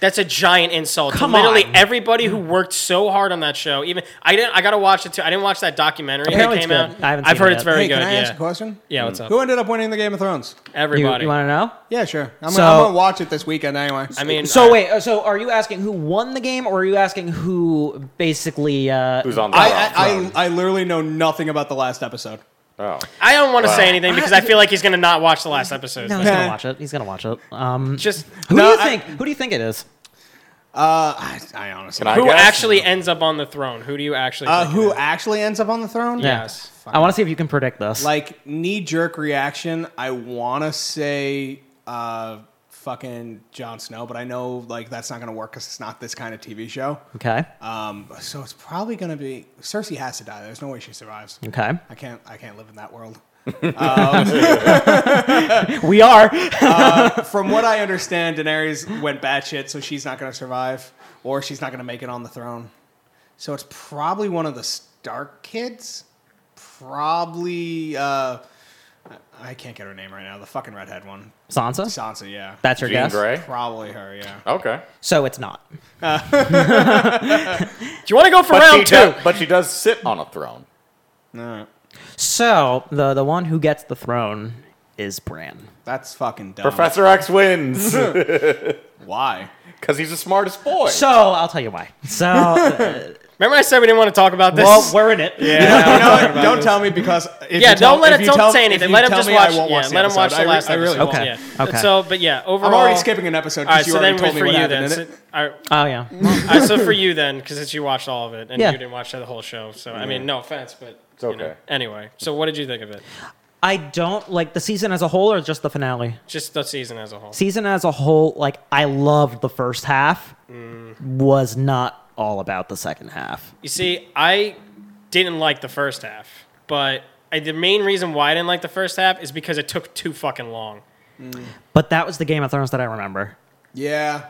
That's a giant insult. Come to literally on. everybody who worked so hard on that show. Even I didn't. I gotta watch it too. I didn't watch that documentary that Apparently it's came good. out. I haven't have seen heard it it's yet. very Hey, good. can I yeah. ask a question? Yeah, what's up? Who ended up winning the Game of Thrones? you, Everybody. want to know? Yeah, sure. I'm, So- gonna, I'm gonna watch it this weekend anyway. I mean, So I- wait, uh, so are you asking who won the game, or are you asking who basically? Uh, Who's on the I, throne? I, I, I literally know nothing about the last episode. oh. I don't want to Wow. say anything because I, feel like he's gonna not watch the last episode. no, so he's gonna Nah. watch it. He's gonna watch it. Um, Just who No, do you I- think? Who do you think it is? Uh, I, I honestly. Can I who guess? actually ends up on the throne? Who do you actually? uh, think it who is? actually ends up on the throne? Yeah. Yes. I want to see if you can predict this. Like knee jerk reaction, I want to say uh, fucking Jon Snow, but I know like that's not gonna work because it's not this kind of TV show. okay, Um, so it's probably gonna be Cersei has to die. There's no way she survives. okay, I can't. I can't live in that world. we are. From what I understand, Daenerys went batshit, so she's not gonna survive, or she's not gonna make it on the throne. So it's probably one of the Stark kids. Probably. Uh, I- I can't get her name right now. The fucking redhead one. Sansa. Sansa, yeah. That's your Jean guess. Grey. Probably her, yeah. Okay. So it's not. Do you want to go for But she, round two? does, but she does sit on a throne. No, So the the one who gets the throne is Bran. that's fucking dumb. Professor X wins Why? because he's the smartest boy. So I'll tell you why. So uh, Remember, I said we didn't want to talk about this. well, we're in it. yeah. You know what? Don't tell me because if Yeah, you tell, don't let if it. you Don't tell- say if anything. you Let him tell just me, I watch. won't Yeah, the let him watch episode. the I re- last I really episode. won't. Okay. Yeah. Okay. So, but yeah, overall. I'm already skipping an episode All because right, you so already then told me for what you happened then. in So, it. all right, Oh yeah. all right, so for you then, because since you watched all of it and Yeah. you didn't watch the whole show. So I mean, no offense, but it's okay. anyway, so what did you think of it? I don't like the season as a whole, or just the finale. Just the season as a whole. season as a whole, like I loved the first half, was not all about the second half. You see, I didn't like the first half, but I, the main reason why I didn't like the first half is because it took too fucking long. But that was the Game of Thrones that I remember. Yeah.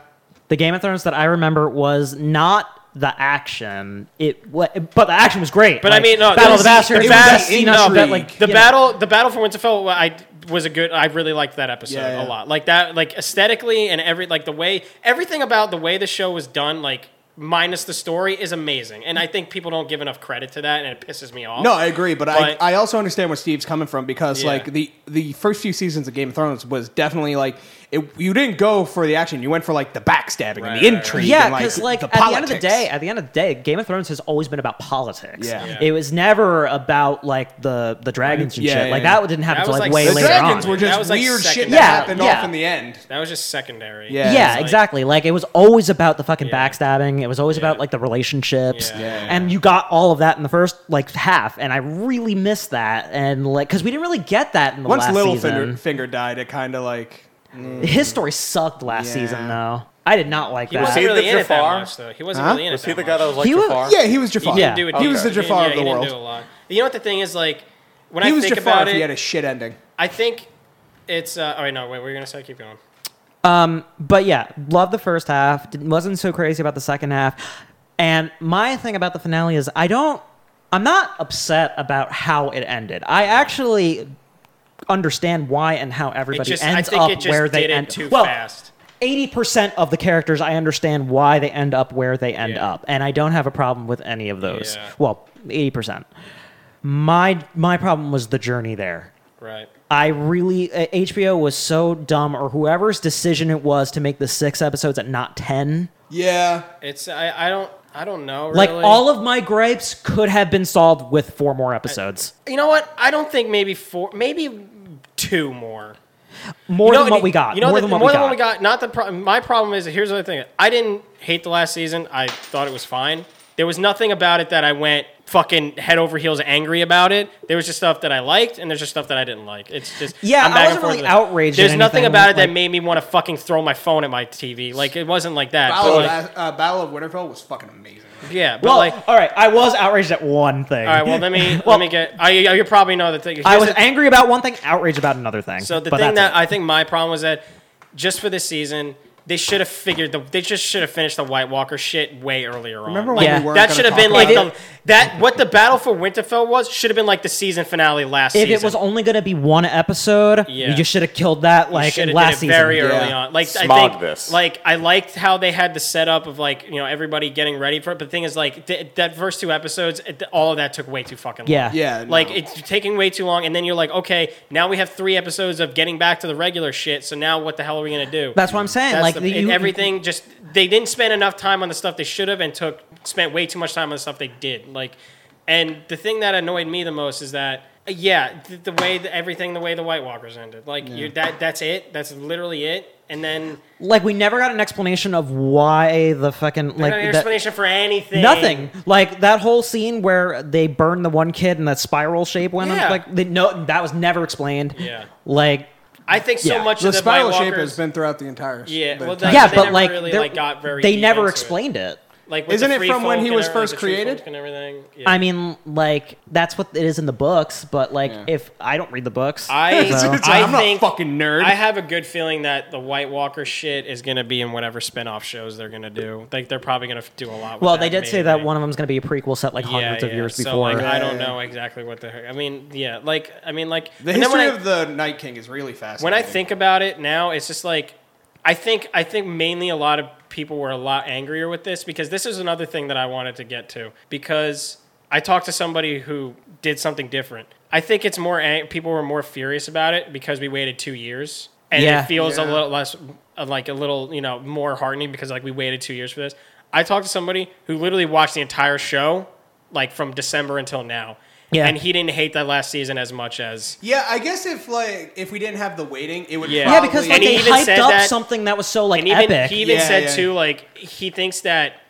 The Game of Thrones that I remember was not the action. It wa but the action was great. But I Like, mean, no, Battle it of the was- Bastards, it was best the scene of it, like intrigue. you the know. battle the battle for winterfell wa- i was a good i really liked that episode Yeah, a yeah. lot like that like aesthetically and every like the way everything about the way the show was done like minus the story is amazing and i think people don't give enough credit to that and it pisses me off No, I agree, but, But- I, I also understand where Steve's coming from because Yeah. like the the first few seasons of Game of Thrones was definitely like it, you didn't go for the action, you went for like the backstabbing Right, right, and the right. intrigue. Yeah, and, like, because like, the at the end of the politics. day, at the end of the day, Game of Thrones has always been about politics. Yeah. Yeah. it was never about like the the dragons and Yeah, shit. yeah, like yeah. that didn't happen That until was, like, like, way the later dragons on. were That just was, like, weird shit second- that Yeah, happened yeah. off in the end. that was just secondary Yeah. Yeah, It's like- exactly. Like it was always about the fucking Yeah. backstabbing. It was always about Yeah. like the relationships. Yeah. Yeah. And you got all of that in the first like half, and I really missed that. And like, because we didn't really get that in the Once last Littlefinger season. Finger died, it kind of like His story sucked last Yeah. season though. I did not like he that. wasn't See really the in it that Jafar? much though he wasn't Huh? really in Was it he the that guy much. that was like He was- Jafar? yeah, he was Jafar. didn't do it He was either. the Jafar yeah, of the he didn't world. do a lot. You know what the thing is like when He I was think Jafar about if he had it, a shit ending. I think it's. Uh, oh wait, no, wait. We're gonna say keep going. But yeah, loved the first half. Didn't, wasn't so crazy about the second half. And my thing about the finale is I don't. I'm not upset about how it ended. I actually understand why and how It everybody just, I ends think up it just where they did it end. too well, fast. 80% of the characters I understand why they end up where they end Yeah. up and I don't have a problem with any of those. Yeah. Well, 80%. My my problem was the journey there. Right. I really uh, HBO was so dumb or whoever's decision it was to make the 6 episodes at not 10. Yeah, It's I, I don't I don't know. Like really. all of my gripes could have been solved with four more episodes. You know what? I don't think maybe four, maybe two more. More You know, than what we got. You know, more the- than what more we than got. what we got. Not the pro- my problem is that here's the other thing. I didn't hate the last season. I thought it was fine. There was nothing about it that I went fucking head over heels angry about it. There was just stuff that I liked, and there's just stuff that I didn't like. It's just Yeah, I'm I back and wasn't forth really with it. outraged at There's nothing anything, about it that like- made me want to fucking throw my phone at my TV. Like it wasn't like that. Battle, but of, like, uh, Battle of Winterfell was fucking amazing. yeah, but well, like. all right. I was outraged at one thing. All right. Well, let me let me get. I you probably know the thing. I here's was the- angry about one thing, outraged about another thing. So the But thing that's that it. I think my problem was that just for this season, they should have figured the they just should have finished the White Walker shit way earlier on. Remember when like, Yeah. we weren't that gonna should have talk been like about the, that what the battle for Winterfell was should have been like the season finale last if season. it was only going to be one episode, Yeah. you just should have killed that They like should have last did it season. very early Yeah. on. Like I Smog think this. like I liked how they had the setup of like you know everybody getting ready for it. But the thing is like th- that first two episodes, it, all of that took way too fucking long. Yeah. Yeah, Like no. it's taking way too long, and then you're like, okay, now we have three episodes of getting back to the regular shit. So now what the hell are we gonna do? That's what I'm saying. That's like the- the, and you, everything just they didn't spend enough time on the stuff they should have and took spent way too much time on the stuff they did like and the thing that annoyed me the most is that uh, yeah the, the way that everything the way the white walkers ended like you that that's it that's literally it and then Like we never got an explanation of why the fucking like like, an that- explanation for anything nothing. Like that whole scene where they burned the one kid and that spiral shape went Yeah. up. Like they, no, that was never explained. Yeah. Like i think so Yeah. much The of the white spiral shape walkers has been throughout the entire. Yeah, the well, entire- Like, yeah, they but never like really, they're- like, got very they deep never into it. explained it. like with Isn't the it free from when folk he and was every- like, first the free folk created? and everything yeah. I mean, like that's what it is in the books, but like Yeah. if I don't read the books, I, so- I I'm not think fucking nerd. I have a good feeling that the White Walker shit is going to be in whatever spin-off shows they're going to do. Like they're probably going to do a lot. With well, that, they did say maybe. that one of them's going to be a prequel set like Yeah, hundreds of yeah. years So, before. Like, I Yeah, don't yeah. know exactly what the. heck- I mean, yeah, like I mean, like the and then when history I- of the Night King is really fascinating. when I think about it now, it's just like I think I think mainly a lot of people were a lot angrier with this because this is another thing that I wanted to get to because I talked to somebody who did something different. I think it's more ang- people were more furious about it because we waited two years and Yeah. it feels a Yeah. little less uh, like a little you know more heartening because like we waited two years for this. I talked to somebody who literally watched the entire show like from December until now. Yeah. And he didn't hate that last season as much as yeah, I guess if like if we didn't have the waiting, it would. Yeah. yeah, because probably- like And he they even hyped said up that- something that was so like and even epic. he even Yeah, said yeah. too like he thinks that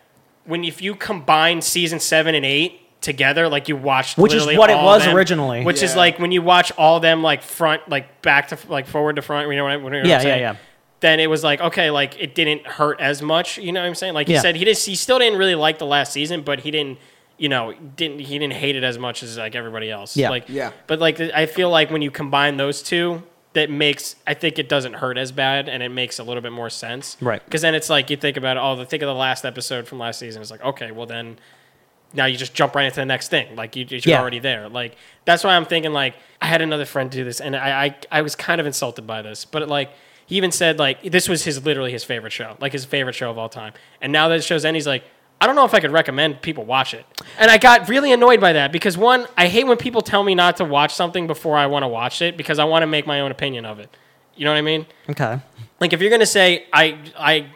when if you combine season seven and eight together like you watched Which is literally what it all was them, originally. which is Yeah. like when you watch all them like front like back to like forward to front you know what, I, you know what Yeah, I'm yeah, saying yeah. then it was like okay like it didn't hurt as much you know what I'm saying like he Yeah. said he just he still didn't really like the last season but he didn't you know didn't he didn't hate it as much as like everybody else Yeah. like Yeah. but like I feel like when you combine those two, that makes I think it doesn't hurt as bad and it makes a little bit more sense. Right. Because then it's like you think about all the think of the last episode from last season. It's like okay, well then now you just jump right into the next thing. Like you, you're Yeah. already there. Like that's why I'm thinking like I had another friend do this and I, I I was kind of insulted by this, but like. He even said like this was his literally his favorite show, like his favorite show of all time. And now that the show's end, he's like, I don't know if I could recommend people watch it. And I got really annoyed by that because one, I hate when people tell me not to watch something before I want to watch it because I want to make my own opinion of it. You know what I mean? okay. Like if you're gonna say I I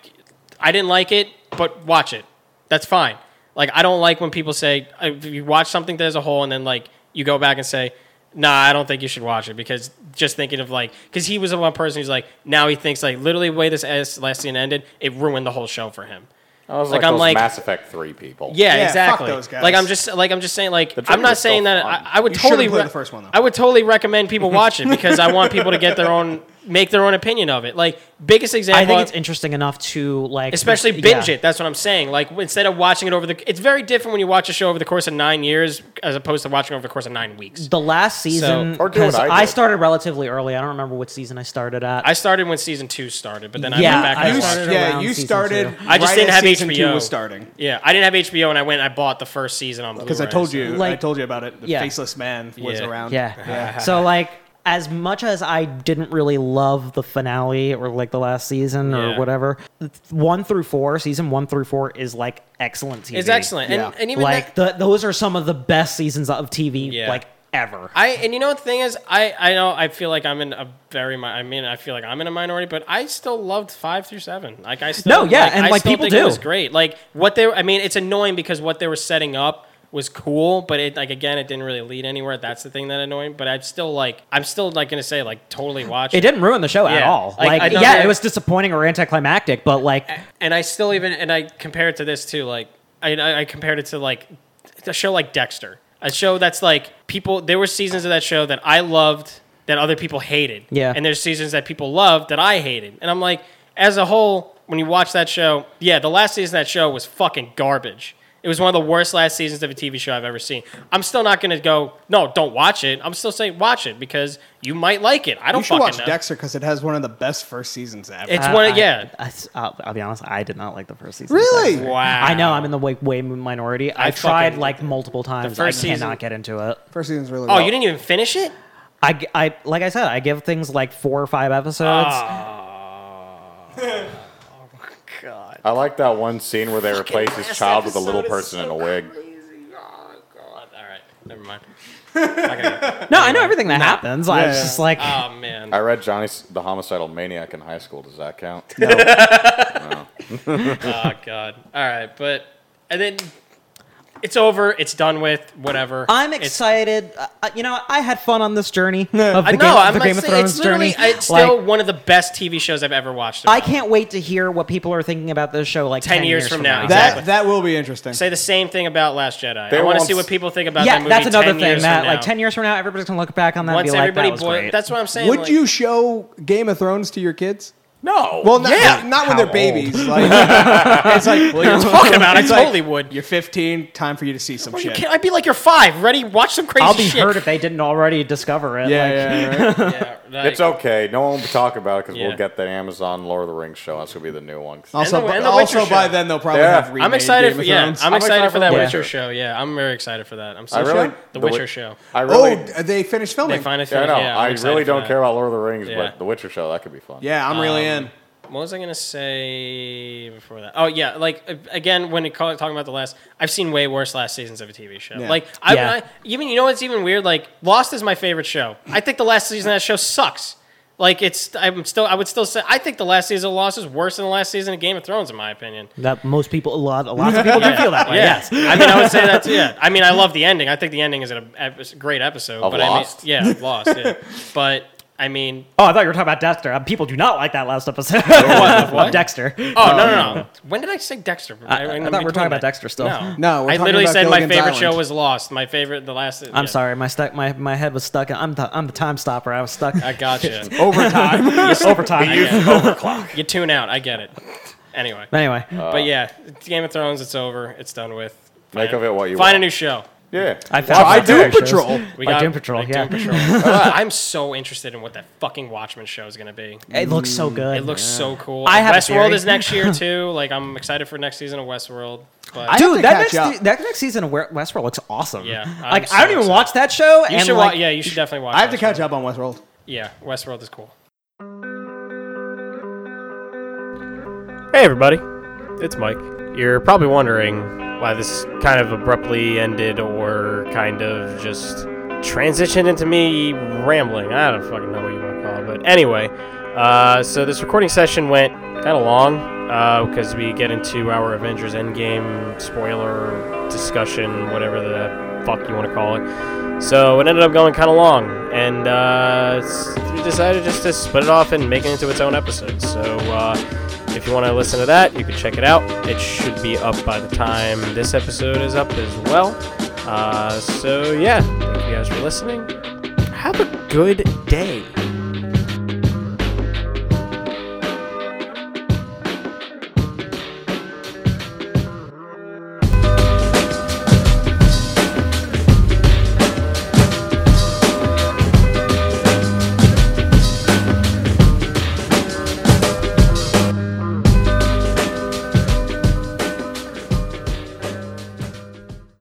I didn't like it, but watch it. That's fine. Like I don't like when people say I- you watch something as a whole and then like you go back and say, Nah, I don't think you should watch it because just thinking of like because he was the one person who's like now he thinks like literally the way this as- last scene ended, it ruined the whole show for him. I was Like, like, I'm those like- Mass Effect three people. Yeah, Yeah, fuck exactly. those guys. Like I'm just like I'm just saying like The I'm trailer not was still saying that fun. I, I would You should've totally played re- the first one, though. I would totally recommend people watch it because I want people to get their own make their own opinion of it. Like biggest example I think it's interesting enough to like especially yeah. binge it. That's what I'm saying. Like instead of watching it over the it's very different when you watch a show over the course of 9 years as opposed to watching over the course of 9 weeks. The last season, Or do what because I I, did. started relatively early. I don't remember what season I started at. I started when season 2 started, but then I Yeah, went back I and You, watched started it. yeah, around you season started. two. I just right didn't as have season HBO. Two was starting Yeah, I didn't have HBO and I went and I bought the first season on because I Blu-ray, told so- you. I Like- told you about it. The Yeah. faceless man was Yeah. around. yeah. so like, as much as I didn't really love the finale or like the last season or Yeah. whatever, one through four, season one through four is like excellent TV. It's excellent. And, Yeah. and even like that, the, those are some of the best seasons of TV. Yeah. Like ever. I and you know what the thing is, I I know I feel like I'm in a very mi- I mean I feel like I'm in a minority, but I still loved five through seven. Like I still No, yeah, and, I like, still people think it do. was great. Like what they I mean it's annoying because what they were setting up was cool, but it like again it didn't really lead anywhere. That's the thing that annoyed. But I'm still like I'm still like gonna say like totally watch It didn't ruin the show at Yeah. all. Like, Like, I don't yeah, know- it was disappointing or anticlimactic, but like, and I still even and I compare it to this too. Like I- I, I compared it to like a show like Dexter, a show that's like people. There were seasons of that show that I loved that other people hated. Yeah. and there's seasons that people loved that I hated. And I'm like, as a whole, when you watch that show, yeah, the last season of that show was fucking garbage. It was one of the worst last seasons of a TV show I've ever seen. I'm still not gonna go. No, don't watch it. I'm still saying watch it because you might like it. I don't You should fucking watch know. Dexter because it has one of the best first seasons ever. It's I- one. I- of- yeah. I, will I'll be honest, I did not like the first season. of Really? Dexter. Wow. I know I'm in the way, way minority. I, I tried fucking- like multiple times. first I cannot season- get into it. First season's really. Oh, you didn't even finish it. I, g- I- like I said, I give things like four or five episodes. Ah. Ah. God. I like that one scene where they replace his child with a little person in a wig. Oh God! All right, never mind. Okay. no, I know everything that happens. I was Yeah. just like, Oh man. I read Johnny S- the Homicidal Maniac in high school. Does that count? Oh God. All right, but and then it's over. It's done with. Whatever. I'm It's- excited. Uh, you know, I had fun on this journey of the, I game, know. I'm the like, Game of saying Thrones it's literally. journey. It's Like, still one of the best TV shows I've ever watched. in my I life. can't wait to hear what people are thinking about this show like 10 10, years from now, That Exactly. that will be interesting. say the same thing about Last Jedi. They I want won't to see s- what people think about that Yeah, movie. that's another 10 thing years that from now. like 10 years from now everybody's going to look back on that Once and be like everybody that was boil- great. That's what I'm saying. Would like- you show Game of Thrones to your kids? no. Well, not, Yeah. not when they're How babies. Like, it's like well, you're talking about? I It's like- totally would. You're 15. Time for you to see some Are you shit. kidding? I'd be like, you're five. Ready? Watch some crazy I'll be shit. hurt if they didn't already discover it. yeah, like, yeah, right? Yeah, like- It's okay. No one will be talking about it because Yeah. we'll get the Amazon Lord of the Rings show. That's gonna be the new one. Also, And the- and the also Witcher by show. then they'll probably Yeah. have. I'm remade excited Game for of yeah. Thrones. I'm, excited for that the Witcher Witcher. show. Yeah, I'm very excited for that. I'm so I Oh, really the, Wi- Witcher show. I really, Oh, they finished filming. They finally yeah, I finished. know. Yeah, I really don't care About- about Lord of the Rings, Yeah. but the Witcher show that could be fun. yeah, Um, I'm really in. what was I gonna say before that? Oh yeah, like a- again when it call, talking about the last, I've seen way worse last seasons of a TV show. Yeah. Like I, Yeah. I even you know what's even weird? Like Lost is my favorite show. I think the last season of that show sucks. Like it's I'm still I would still say I think the last season of Lost is worse than the last season of Game of Thrones in my opinion. That most people, a lot, a lot of people do feel that way. Yeah. Yes. I mean, I would say that too. Yeah. I mean, I love the ending. I think the ending is a, a great episode. Of but Lost? I mean, yeah, of Lost. Yeah. But I mean, Oh, I thought you were talking about Dexter. Uh, People do not like that last episode what? of Dexter. oh no, no, no. When did I say Dexter? I, I thought we were talking about Dexter still. No, No, we're I talking literally about said my Gilligan's favorite show Island. was Lost. My favorite, the last. I'm sorry, my stuck, my, my head was stuck. In, I'm the I'm the time stopper. I was stuck. I gotcha. overtime. overtime. I guess. you tune out. I get it. Anyway, But anyway, but yeah, it's Game of Thrones. It's over. It's done with. Make Find- of it what you Find want. a new show. Yeah. I found I out do about shows. patrol. We Like got Doom Patrol, like yeah. Doom Patrol. Uh, I'm so interested in what that fucking Watchmen show is gonna be. It looks so good. Mm, It looks so cool. I have a Westworld theory. is next year too. Like I'm excited for next season of Westworld. But I- have Dude, to that catch next, up. se- that next season of Wer- Westworld looks awesome. Yeah, I'm like so I don't even excited. watch that show. you and should like, watch. Yeah, you should definitely watch. I have to Westworld. catch up on Westworld. Yeah, Westworld is cool. Hey, everybody. It's Mike. You're probably wondering why this kind of abruptly ended or kind of just transitioned into me rambling. I don't fucking know what you want to call it. But anyway, uh, so this recording session went kind of long because we get into our Avengers Endgame spoiler discussion, whatever the fuck you want to call it. So it ended up going kind of long, and uh, s- we decided just to split it off and make it into its own episode. So uh, if you want to listen to that, you can check it out. It should be up by the time this episode is up as well. Uh, so, yeah, thank you guys for listening. Have a good day.